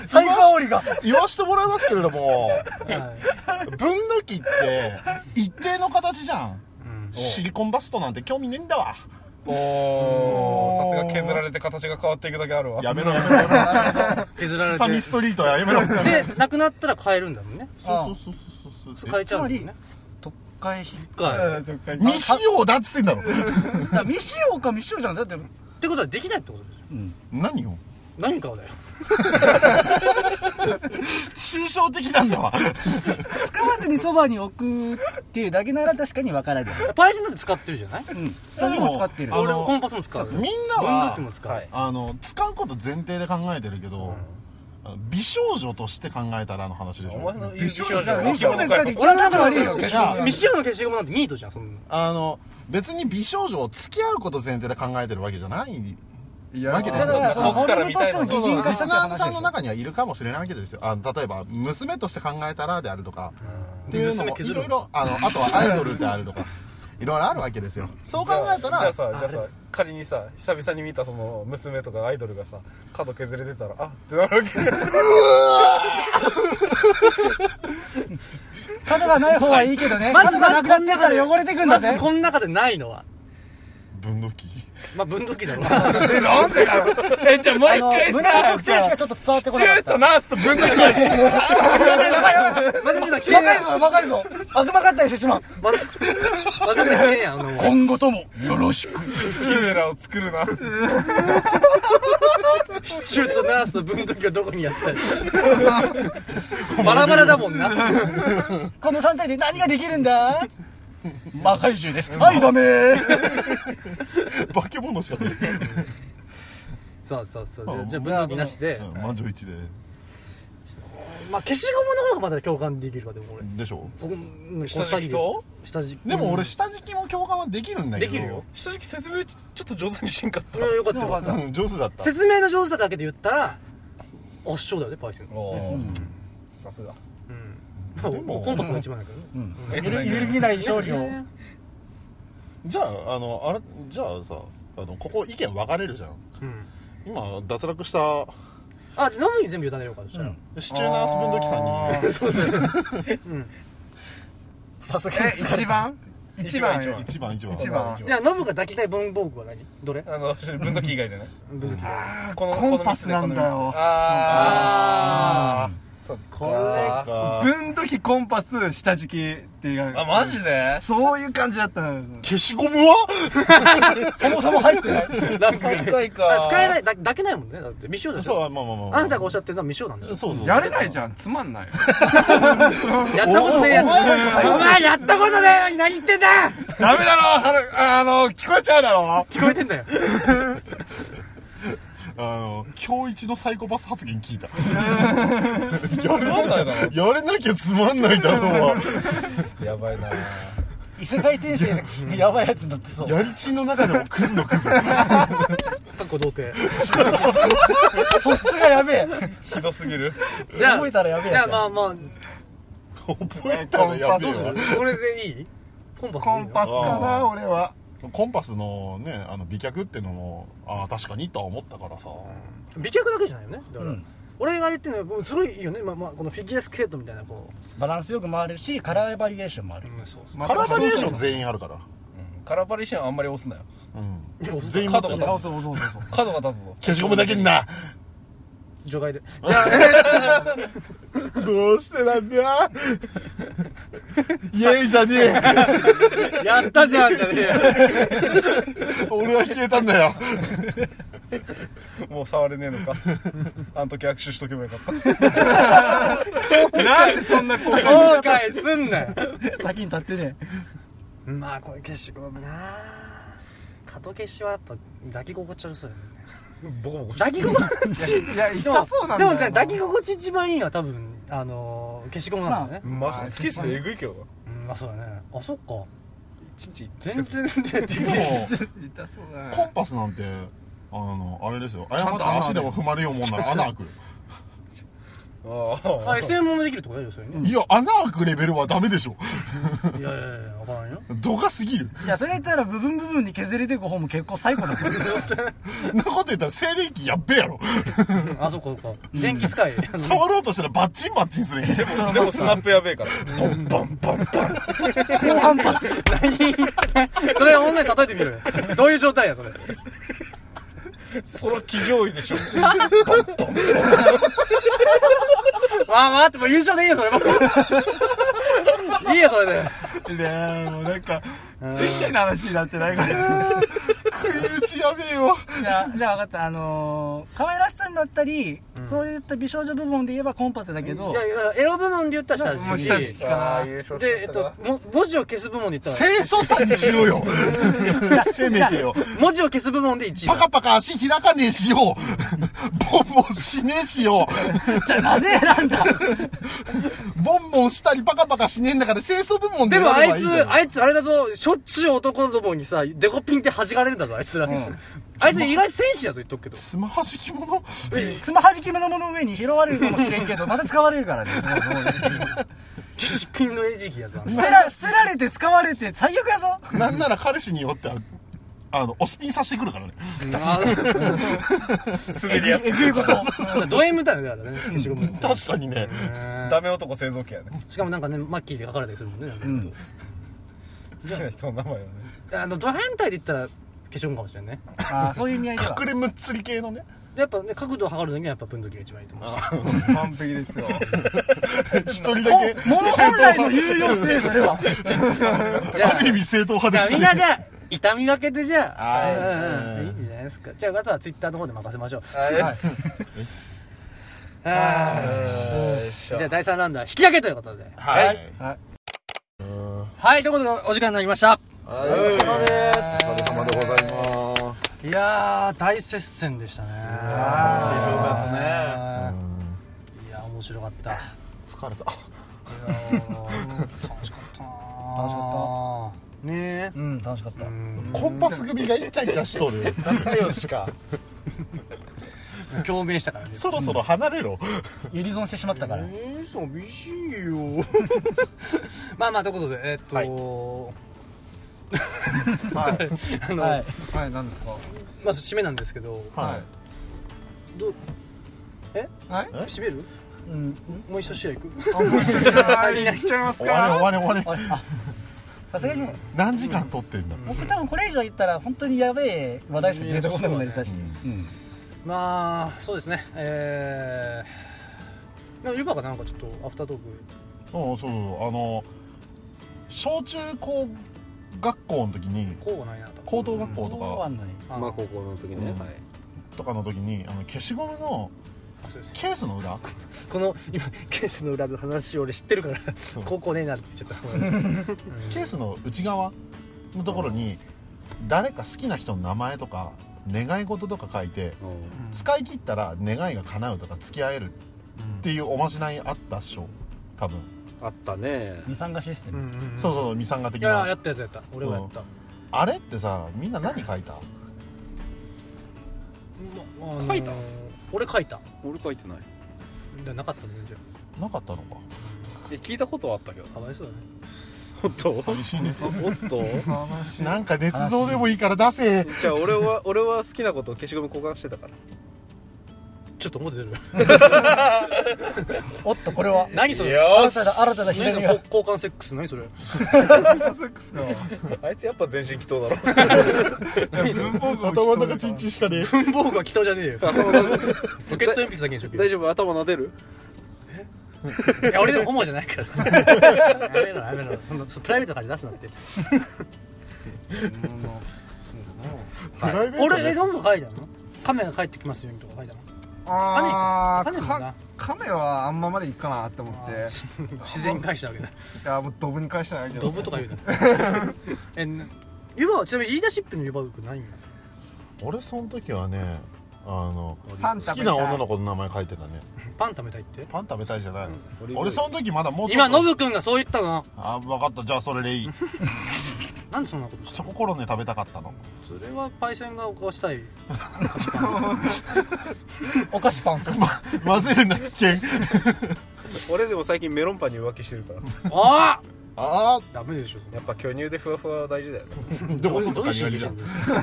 E: 最高りが
C: 言わしてもらいますけれども
D: はい
C: 分度器って一定の形じゃん、シリコンバストなんて興味ねえんだわ
A: おーさすが削られて形が変わっていくだけあるわ
C: や めろやめろやめろ
D: 削られ
C: スサミ
D: て
C: ストリートはやめろ
D: でなくなったら買えるんだもんね
C: そうそうそうそうそう
D: 変えちゃうんだもんね
E: 特会費
D: 買え
C: 未使用だっつってんだろ
E: 未使用か未使用じゃんだって
D: ってことはできないってことですよ
C: 何を
D: 何買うだよ
C: 抽象的なんだわ
E: 使わずにそばに置くっていうだけなら確かにわからない
D: パイセンだって使ってるじゃない
E: うんそれも使ってる
C: あの
D: 俺もコンパスも使う
C: みんな
D: 分度
C: は
D: 器も使う、
A: はい
C: あの使うこと前提で考えてるけど、あの美少女として考えたらの話でしょ
A: お前の言う
E: そう
A: 美少女
E: ですか
D: 俺た
E: 一番立
D: ち
E: ち
D: 悪
E: 悪
D: い
E: い
D: よ
E: よ
C: 消しゴム
D: 未使用の消しゴムなんてニートじゃんそんなの
C: あの別に美少女を付き合うこと前提で考えてるわけじゃない
B: いや
C: わけで
E: だ
C: す
E: か
C: よ
E: ら
C: そ
E: モ
C: の
E: デルとしての擬
C: そうそう
E: 人化
C: リ
E: し
C: ス
E: たって
C: ナー
E: 話
C: さん
E: でし
C: の
E: ょ
C: 中にはいるかもしれないわけですよあの例えば娘として考えたらであるとかっていうの
D: 娘
C: も
D: 削
C: い
D: るの
C: ろいろあのあとはアイドルであるとかいろいろあるわけですよそう考えたら
A: じゃあじゃあさじゃあさ仮にさ久々に見たその娘とかアイドルがさ角削れてたらあってなるわけ
E: 角がない方がいいけどね
D: まず
E: 角がなくなってたら汚れてくんだ
D: まず
E: ぜ
D: この中でないのは
C: 分度器
D: まあ分度器だろうな
B: えじゃあ
E: あ
B: 毎
E: の
B: 回
E: 胸
B: さ
E: の特徴しかちょっと伝わってこなか
B: 中
E: った
B: とナースと分度器
D: まず今消え
E: バカいぞバカいぞ悪魔かったりしてしまう
D: まずまず消えんやんあの
E: 今後ともよろしく
A: キメラを作 るな
D: シチューとナースと分度器がどこにやったりバラバラだもんな
E: この3体で何ができるんだ魔怪獣ですはいダメー
C: 化け物しか出てない
D: そうそうそうじゃあじゃあ分度器なしで
C: うん魔女一で
D: まあ消しゴムの方がまだ共感できるわでも俺
C: でしょ
D: ここうん
A: 下敷きと
D: 下敷き
C: でも俺下敷きも共感はできるんだけ
D: で
C: ど
D: きるよ
A: 下敷き説明ちょっと上手にしんかった
D: いやよかったよかった
C: うん上手だった
D: 説明の上手さだけで言ったら圧勝だよねパイセン
A: おーさすが
D: まあ
C: でも
D: コンパスが一番だけどね
E: 揺る揺るぎない勝利を
C: じゃああのあれじゃあさあのここ意見分かれるじゃん
D: うん
C: 今脱落した
D: あ飲むに全部委ねようかそしたら
C: シチューナース分度器さんに
D: そうそうそう
E: さすが
B: え一番一番
A: 一
B: よ
A: 番
C: 一番一番
B: 一番
D: じゃあノブが抱きたい文房具は何どれ
A: あの分度器以外でね
D: 文具
A: あーこの
B: コンパスなんだよ
A: この三つねこの三つあ
C: あ
A: ーそっか
D: これ
C: ーあー
B: 分度器コンパス下敷きっていう
A: あ
B: か
A: マジで
B: そういう感じだったのよ
C: 消しゴムは
A: そもそも入ってない
D: なんか
A: 一回か
D: 使えないだ抱けないもんねだって未使用でし
C: そう
D: ょ
C: まあまあまあ
D: あんたがおっしゃってるのは未使用なんだ
C: そう
D: よ
C: そう
B: やれないじゃんつまんないよ
D: やったことねえやつお前やったことねえのに何言ってんだよ
B: ダメだろはるあの聞こえちゃうだろ
D: 聞こえてんだよ
C: あの今日一のサイコパス発言聞いたやれなきゃやれなきゃつまんないだろうわ
A: やばいな
E: 異世界転生でやばいやつになって そう
C: やりちんの中でもクズのクズ
D: かっこ童貞
E: 素質がやべえ
A: ひどすぎる
D: じゃあ
E: 覚えたらやべ
D: じ
E: え
D: ゃ
E: や
D: あ
E: つ
D: まあまあ
C: 覚えたらやべえわ
D: これでいいコンパスでい
B: コ
D: い
B: ン
D: の
B: パスかな俺は
C: コンパスのねあの美脚ってのもああ確かにとは思ったからさ
D: 美脚だけじゃないよねだから、
E: うん
D: 俺が言ってるのはすごいいいよね、まあまあ、このフィギュアスケートみたいなこ
E: バランスよく回れるしカラーバリエーションもあ
D: う、
E: る
D: そうそ
C: カラーバリエーション全員あるから
A: カラーバリシンあんまり押すなよ
C: うん
D: いや
C: 全員持って
A: 角
C: る
A: が立つ
E: そうそうそうそう
A: 角が立つぞ
C: 消しゴムだけにな
D: う除外で
C: どうしてなんだイエイじゃね
D: やったじゃんじゃねえよ
C: え俺は消えたんだよ
A: もう触れねえのかあの時握手しとけばよかった
B: なんでそんな後悔
D: 後悔すんなよ
E: 先に立ってね
D: まあこれ消しゴムな加藤消しはやっぱ抱き心地悪そうだよね
A: ボコボコして
D: 抱き心地
B: いや痛そうなんだ
D: で
B: よ
D: も
B: な
D: ね抱き心地一番いいのは多分あのー消しゴムなんだよね、
A: マジでスケスえぐいけどな
D: うん、あそうだねあそっか
A: 一日
D: 全然でき
C: でも
D: ない
B: 痛そうだ
C: コ
B: な
C: ンパスなんてあのあれですよ誤って足でも踏まれようもんなら穴開くよ
A: あ
D: あ
A: あ
D: SM もできるってことだよそれね、
C: いや穴開くレベルはダメでしょ
D: いやいやいや分からんよ
C: 度が過ぎる
E: いやそれ言ったら部分部分に削れていく方も結構最高だぞ
C: んなこと言ったら静電気やっべえやろ
D: あそっかそっか電気使い
C: 触ろうとしたらバッチンバッチンするんやけど
A: でもスナップやべえからボンボンボ ンボン
E: 高反発
D: それ女に例えてみるどういう状態やそれ
A: その騎乗位でしょ
D: まあ待ってもう優勝でいいよそれ もういいよそれで
B: ねえもうなんか歴史の話になってないから
C: 食い打ちやべえよ
E: じゃあじゃあ分かったあのー、可愛らしさになったり、そういった美少女部門で言えばコンパスだけど
D: いやいやエロ部門で言ったら
B: もう
D: 下
B: 下
D: 地
B: 敷きか
A: 優勝
D: でえっとも文字を消す部門で言ったら
C: 清楚さにしろ よせめてよ
D: 文字を消す部門で1位
C: パ
D: だ
C: カパカ足開かねえしよボンボンしねえしよ
E: じゃあなぜ選んだ
C: ボンボンしたりパカパカしねえんだから清掃部門で
D: でもあ
C: 選べば
D: い
C: だ
D: つ
C: ろ
D: あいつあれだぞしょっちゅう男どもにさデコピンって弾かれるんだぞあいつらあいつ意外と戦士やぞ言っとくけど
C: スマホ敷物
E: つまはじき目のもの上に拾われるかもしれんけどまた使われる からねその部門
D: 消しピンの餌食やぞ
E: 捨てら捨てられて使われて最悪やぞ
C: なんなら彼氏によってはあの押しピンさせてくるからね
D: あ
A: 滑りやすい
E: いうこと
D: のド M だよねだからね消しゴム
C: 確かにね
A: ダメ男製造機やね
D: しかもなんかねマッキーで書かれたりするもんねなんか
E: うん
A: 好きな人の名前はね
D: あのド変態で言ったら消しゴムかもしれないね
E: ああそういう意味合いでは
C: 隠れむっつり系のね
D: でやっぱね角度を測るのにはやっぱ分度器が一番いいと思う
B: 完璧ですよ
C: 一人だけ
E: もう本来の有用性それ は
D: じゃ
C: ある意味正統派で
D: じゃ
C: し
D: あ
C: か
D: みん
C: ね
D: なじゃあ痛み分けてじゃあ
C: はい
D: うんうんうんいいんじゃないですかじゃああとはツイッターの方で任せましょう
C: よし
D: はいじゃあ第3ラウンドは引き分けということで
C: はい
D: はいということでお時間になりました
C: はいお疲れ様でございます
D: いやー大接戦でしたね面白かったねいやー面白かった楽
C: 疲れた
D: しかった
E: 楽し
D: か
E: か
D: ったね
E: うん楽しかった
C: コンパス組がイチャイチャしとる
A: 仲良しか
D: え共鳴したからね
C: そろそろ離れろ
E: ユニゾンしてしまったから
D: えー、寂しいよまあまあということでえっと、 あの、
E: はい
B: はい何ですか
D: まず締めなんですけど
C: はい
D: どうえ
B: はい
D: 締める
E: うん
D: もう一緒試合行く
B: あもう一緒じゃない行っちゃいます
C: 終わ
B: か
C: れ終われ終わ
E: あれあさすがにもう
C: 何時間撮ってんだ
E: 僕多分これ以上言ったら本当にやべえ話題しか出てこなくなりしたし、うん
D: まあそうですねえー、でもゆばがなんかちょっとアフタートーク
C: そうそうあの小中高学校の時に
D: こうはないなと
C: 高等学校と
E: そうあ
C: か
E: んのに
D: あ
G: まあ高校の時ね、
C: うん
G: はい
C: とかの時にあの消しゴムの
D: あそうです
C: ケースの裏
D: この今ケースの裏の話を俺知ってるから
C: そう
D: 高校ねえなって言っちゃった
C: ケースの内側のところに誰か好きな人の名前とか願い事とか書いて
G: うん
C: 使い切ったら願いが叶うとか付き合えるっていうおまじないあったっしょ多分
G: あったね
E: 二酸化システム、
C: そうそうミサンガ的
D: いやや
C: な
D: ったやったやった俺もやった、
C: あれってさみんな何書いた
D: まあのー
G: 書いた
D: 俺書いた
G: 俺書いてない
D: でなかったもんじゃ
C: なかった のか
G: え聞いたことはあったけど
D: かわいそうだね
G: 本当
C: 寂しいね
G: おっと
C: なんか捏造でもいいから出せ
G: じゃあ俺は俺は好きなことを消しゴム交換してたから
D: ちょっと思ってる
E: おっとこれは
D: 何それ
E: 新たな新たな
D: 何そ
E: 左
D: れ
E: が
D: こ交換セックス何そ れ
G: あいつやっぱ全身祈祷だろ
C: 頭とかチンチンしかね
D: 文房具は人じゃねえよロケット鉛筆だけにしとけよ
G: 大丈夫頭撫でる
D: いや俺でもホモじゃないから やめろやめろそんなそプライベートな感じ出すなって
C: プライベート
D: 俺
C: で
D: えノブが書いたの亀が帰ってきますようにとか書いたの
B: あ
D: 亀もな
B: あ亀はあんままでいっかなって思って
D: 自然に返したわけだ
B: いやもうドブに返してないけ
D: ド
B: ど
D: ブとか言うな えなユバはちなみにリーダーシップのユバくないんだ
C: 俺その時はねあの
B: パン
C: 好
B: 食べた
C: き
B: い
C: な女の子の名前書いてたね
D: パン食べたいって
C: パン食べたいじゃない俺その時まだもうちょ
D: 今
C: っと
D: ノブくんがそう言ったの
C: あ分かったじゃあそれでいい
D: なんでそんなことし
C: チ
D: た
C: ョココロネ食べたかったの
D: それはパイセンが犯したい
E: お菓子パン
C: 混ぜるな危険
G: 俺でも最近メロンパンに浮気してるから
D: ああ
C: あ
D: ダメでしょ
G: やっぱ巨乳でふわふわは大事だよね
C: あでも外
D: どう
C: か
D: いう心理
C: にやりじ
D: じ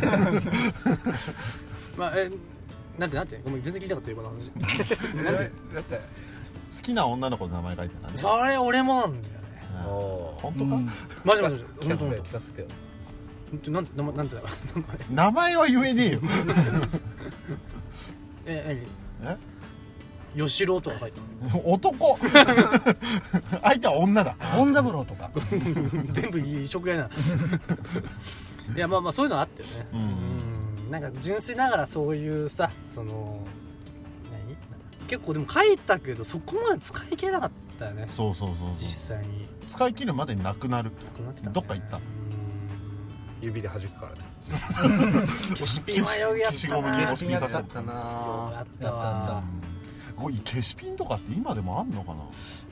C: ゃ
D: ゃん
C: ん
D: まあえなんてなんてごめん全然聞いたかったよ今の話なんて
B: だって
C: 好きな女の子の名前書いてたね
D: それ俺もなんだよね
G: あ
C: あ
G: あ
C: 本当か、
D: マジマジマジ
G: 聞かせ
D: 本
G: て
D: 当
G: 聞かせてよ
D: 本当なんてなんなんてだろう
C: 名前は言えねえよ
D: え何吉郎とか書いて
C: 男相手は女だ
E: ゴンザブローとか
D: ある全部異色やないやまあまあそういうのはあったよね
C: うん
D: うんなんか純粋ながらそういうさその何結構でも書いたけどそこまで使い切れなかったよね
C: そうそうそうそう
D: 実際に
C: 使い切るまでなくな
D: な
C: る
D: くなってたね
C: どっか行った
G: 指で弾くからね
D: 消しピンはよくやったな
C: 消しピン
B: や
C: さ
B: っ
C: せて
B: た
D: うん
B: な
D: やったわ
C: おい消しピンとかって今でもあんのかな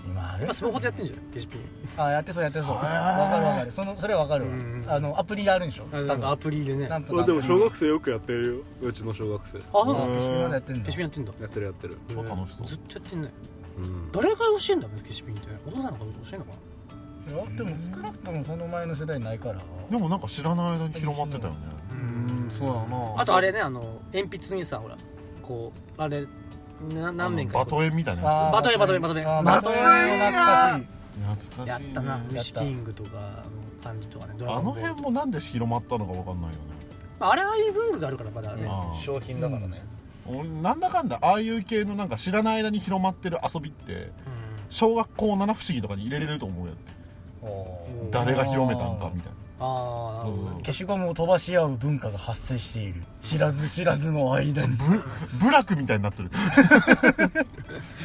E: 今あれ
D: 今スマホでやってんじゃん消しピン
E: あやってそうやってそうわ
C: へー
E: かるわかるそのそれわかるわ
D: うん
E: あのアプリあるんでしょ
D: あなんかアプリでね
E: な
D: あ
E: んとか
G: 学生よくやってるようちの小学生
D: そうなの
C: うん
E: 消しピンまでやってんだ
D: 消しピンやってんだ
G: やってるやってる
C: 超楽しそう
D: ずっとやってんね
G: うん
D: 誰が教えんだろうね消しピンってお父さんの方が教えんのかない
E: やでも少なくともその前の世代ないから
C: でもなんか知らない間に広まってたよね
B: うんそうだな
D: あとあれねあの鉛筆にさほらこうあれな何面か
C: あのバトエみたいなや
E: あー
D: バトエバトエバトエ
E: あー
D: バ
E: バ
D: ト
E: ト
D: エ
E: エ
D: やっ
C: つ懐かしい、ね、
E: は懐か
D: たな
E: やった
D: 虫キングとかの感じとかねドラ
C: あ
D: ゴンボー
C: の
D: ル
C: 辺もなんで広まったのかわかんないよね
D: まああれはああいう文具があるからまだね
C: あー
G: 商品だからね
C: 俺なんだかんだああいう系のなんか知らない間に広まってる遊びって小学校七不思議とかに入れれると思うよ
D: うん
C: 誰が広めたんかみたい
D: ああな
C: なそ
D: る
C: う
D: ほ
C: そ
D: ど
C: う
E: しい消しゴムを飛ばし合う文化が発生している知らず知らずの間に
C: 部落みたいになってる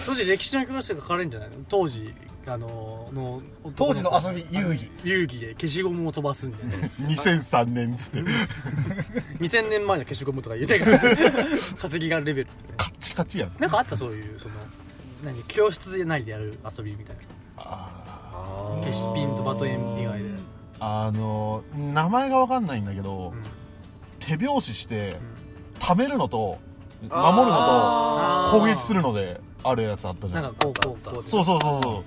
D: 当時歴史の教科書が書かれるんじゃないの当時あのの
E: 当時の遊び遊戯
D: 遊戯で消しゴムを飛ばすみたいな
C: 2003年っつって
D: 2000年前の消しゴムとか言うてから 稼ぎがレベル
C: カッチカチやん
D: なんかあったそういうその何教室内でやる遊びみたいな消しピンとバトエン以外で
C: あの名前がわかんないんだけど、手拍子して貯めるのと守るのと
D: あー
C: 攻撃するのであるやつあったじゃ
D: なん
C: ん
D: かこうこうこう
C: そうそうそうそう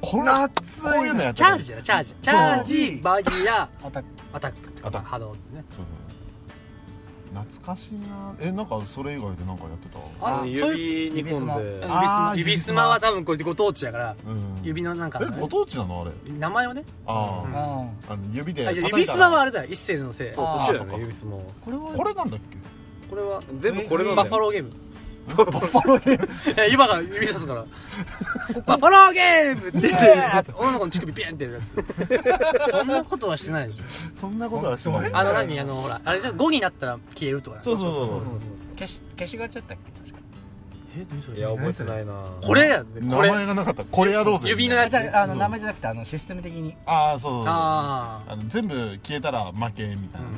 C: これこういうのやって
D: チャージやチャージチャージバギーや
E: アタック
D: アタックと
C: ア
D: か
C: タック
D: 波動ってね
C: そうそう懐かしいなえなんかそれ以外でなんかやってた
D: あ
G: の
D: そういう
G: 指2本で
C: あー
D: 指すまは多分これご当地やから
C: うん
D: 指のなんか
C: えご当地なのあれ
D: 名前をね
C: あ
E: う
C: ー
E: ん
C: あの指で
D: あ
C: 叩
D: い
C: い
D: や
C: たら
D: 指すまはあれだよ一世のせい
G: そう
D: こ
G: こっちだよ
C: あーそっか
G: ね指相撲
E: れは
C: これなんだっけ
D: れは
G: 全部これなんだよ
D: バッファローゲームいや 今が指さすからバッファローゲームって言って 女の子の乳首ピュンってやるやつそんなことはしてないでしょ
C: そんなことはしてない
D: あの何あのほらあれじゃ5になったら消えるとか
C: そうそうそうそう
E: 消し消しがちゃったっけ確か
G: いや覚えてないな
D: これやで
C: 名
D: これ
C: 前がなかったこれやろうぜ
D: 指の
E: あ
D: やつ
E: じゃああの名前じゃなくてあのシステム的に
C: ああそうそうそう
D: ああ
C: あの全部消えたら負けみたいな、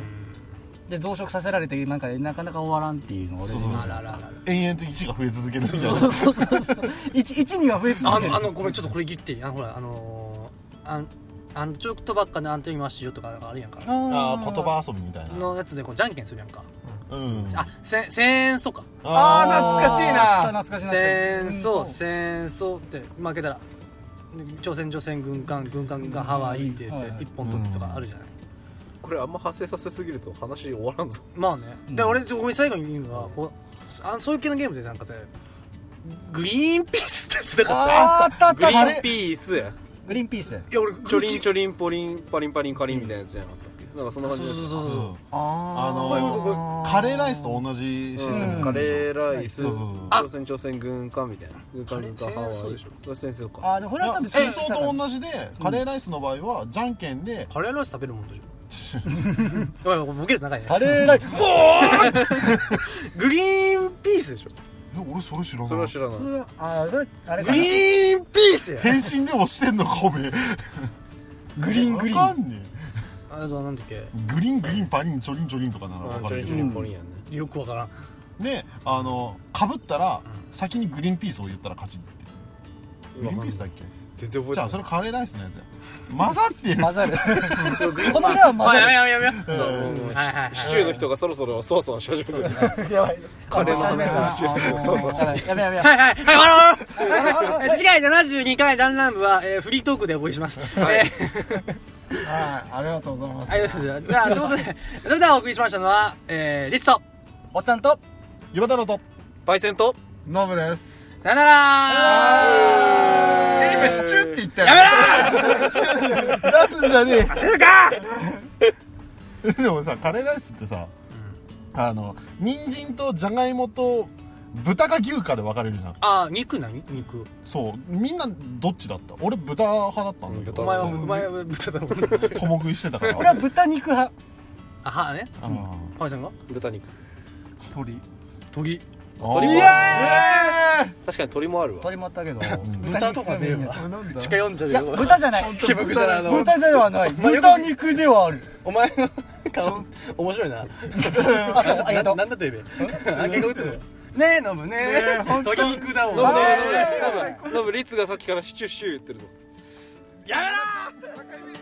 E: で増殖させられてなんかなかなか終わらんっていうの俺
C: そう
D: あらららら
C: 延々と1が増え続けるみたいな
E: そうそうそう一一には増え続
D: あ
E: ける
D: のあのごめんちょっとこれ言っていいあのほらあのー、あんあんちょっとばっかであんと言いましよとかなんかあるやんか
C: あー言葉遊びみたいな
D: のやつでこうじゃんけんするやんか
C: うん
D: あせん戦争か
C: あ
B: 懐かしいな
E: あった懐かしい
D: 戦
E: 懐かしい
D: 争
E: うん
D: 戦争って負けたら朝鮮朝鮮軍艦軍艦軍艦ハワイって言っ
E: うん
D: て一本取ってとかあるじゃない、
G: これあんま派生させすぎると話終わらんぞ
D: まあね、で俺ごめん最後に言うのはこうあそういう系のゲームでなんかさグリーンピースってやつなかった
E: あーあったあっ
G: グリ
E: たあ
G: ーン
E: れ
G: ピースや
E: グリーンピース
D: いや俺
G: チョリン
D: ョ
G: チョリンポリンパリンパリンカリンみたいなやつじゃなかったっけなんかそんな
D: そう
G: 感
D: そ
G: じだ
D: う
G: った
D: そう
C: う
D: そうん
C: あ
E: これ
C: のーカレーライスと同じシステム
E: うん
G: カレーライス
C: そうそうそう
G: 朝鮮朝鮮軍艦みたいな軍艦軍艦
D: カ
G: ハワ
D: レー
G: イ
D: 戦争でしょ
G: それ戦争か
E: あーでもこ
C: い
E: れは
C: や
E: 多分
C: 戦争と同じでカレーライスの場合はじゃんけんで
D: カレーライス食べるもんでしょおいボケると長いね
E: カレーライス
D: グリーンピースでしょ
C: え俺それ知ら
G: それ
C: な
G: はい知らない
E: あーそれあれ
D: グ
E: かな
D: リーンピースや
C: 変身でもしてんのかおめえ
E: グリーングリー
C: わ
E: ン
C: かんね
D: あとはなんだっけ
C: えグリーングリーンパリンチョリンチョリンとかなら
G: あ
C: わ
G: ー
C: か
G: チョリン
C: る
G: チ
C: けど
G: ョリンポリンやね
D: よくわからん
C: であのかぶったら先にグリーンピースを言ったら勝ちってグリーンピースだっけ
G: 全然覚え
C: じ
G: て
C: ゃ
G: な
C: あ
G: い
C: それカレーライスのやつや混ざってる
E: 混ざるこの手は混
D: あ
E: ざ
D: やめ
E: る
D: ようやめよう
G: そううん
D: はいはいはい
G: シチューの人がそろそろそわそわし始めてる
E: やばい
G: カレーの
E: あ
G: 話
E: のー
G: そうそう
E: やばいやばいや
D: はいはい
E: ばい
D: はいはいはいはいはい次回72回ダンラン部は、えー、フリートークでお送りします、えー
B: はいありがとうございます
D: ありがとうございますじゃあということでそれではお送りしましたのは、えー、リスト
E: おっちゃんと
C: 岩太郎と
G: パイセンと
B: ノブです
D: さよなら
B: え今シチューって言ったよ
D: やめろ
C: 出すんじゃねえ
D: 出るか
C: でもさカレーライスってさ、あの人参とじゃがいもと豚か牛かで分かれるじゃん
D: あー肉何肉
C: そうみんなどっちだった俺豚派だったん
D: お
C: だけど、
D: 前はお前は豚だもんね
C: 共食いしてたから
E: これは豚肉派
D: あはね
C: あー
D: パイさんが
G: 豚肉
E: 鳥
D: 鳥
C: あ
G: 鳥
C: ー
G: もある確かに鳥もある わ
E: 鳥もあったけど
D: 豚とかねえわ
B: なんだ
D: 近読んじゃう
E: いや
D: よ
E: 豚じゃない
D: 気分じゃないあの
E: 豚ではない豚肉ではある
D: お前の顔面白いな
E: あそうありがとう
D: ななんだって言えべ あ結構打ってるよねえ飲むねえ鶏肉だもん
G: ノブノブノブ
D: ね
G: ノブノブリツがさっきからシチューシチュー言ってるぞ
D: やめろー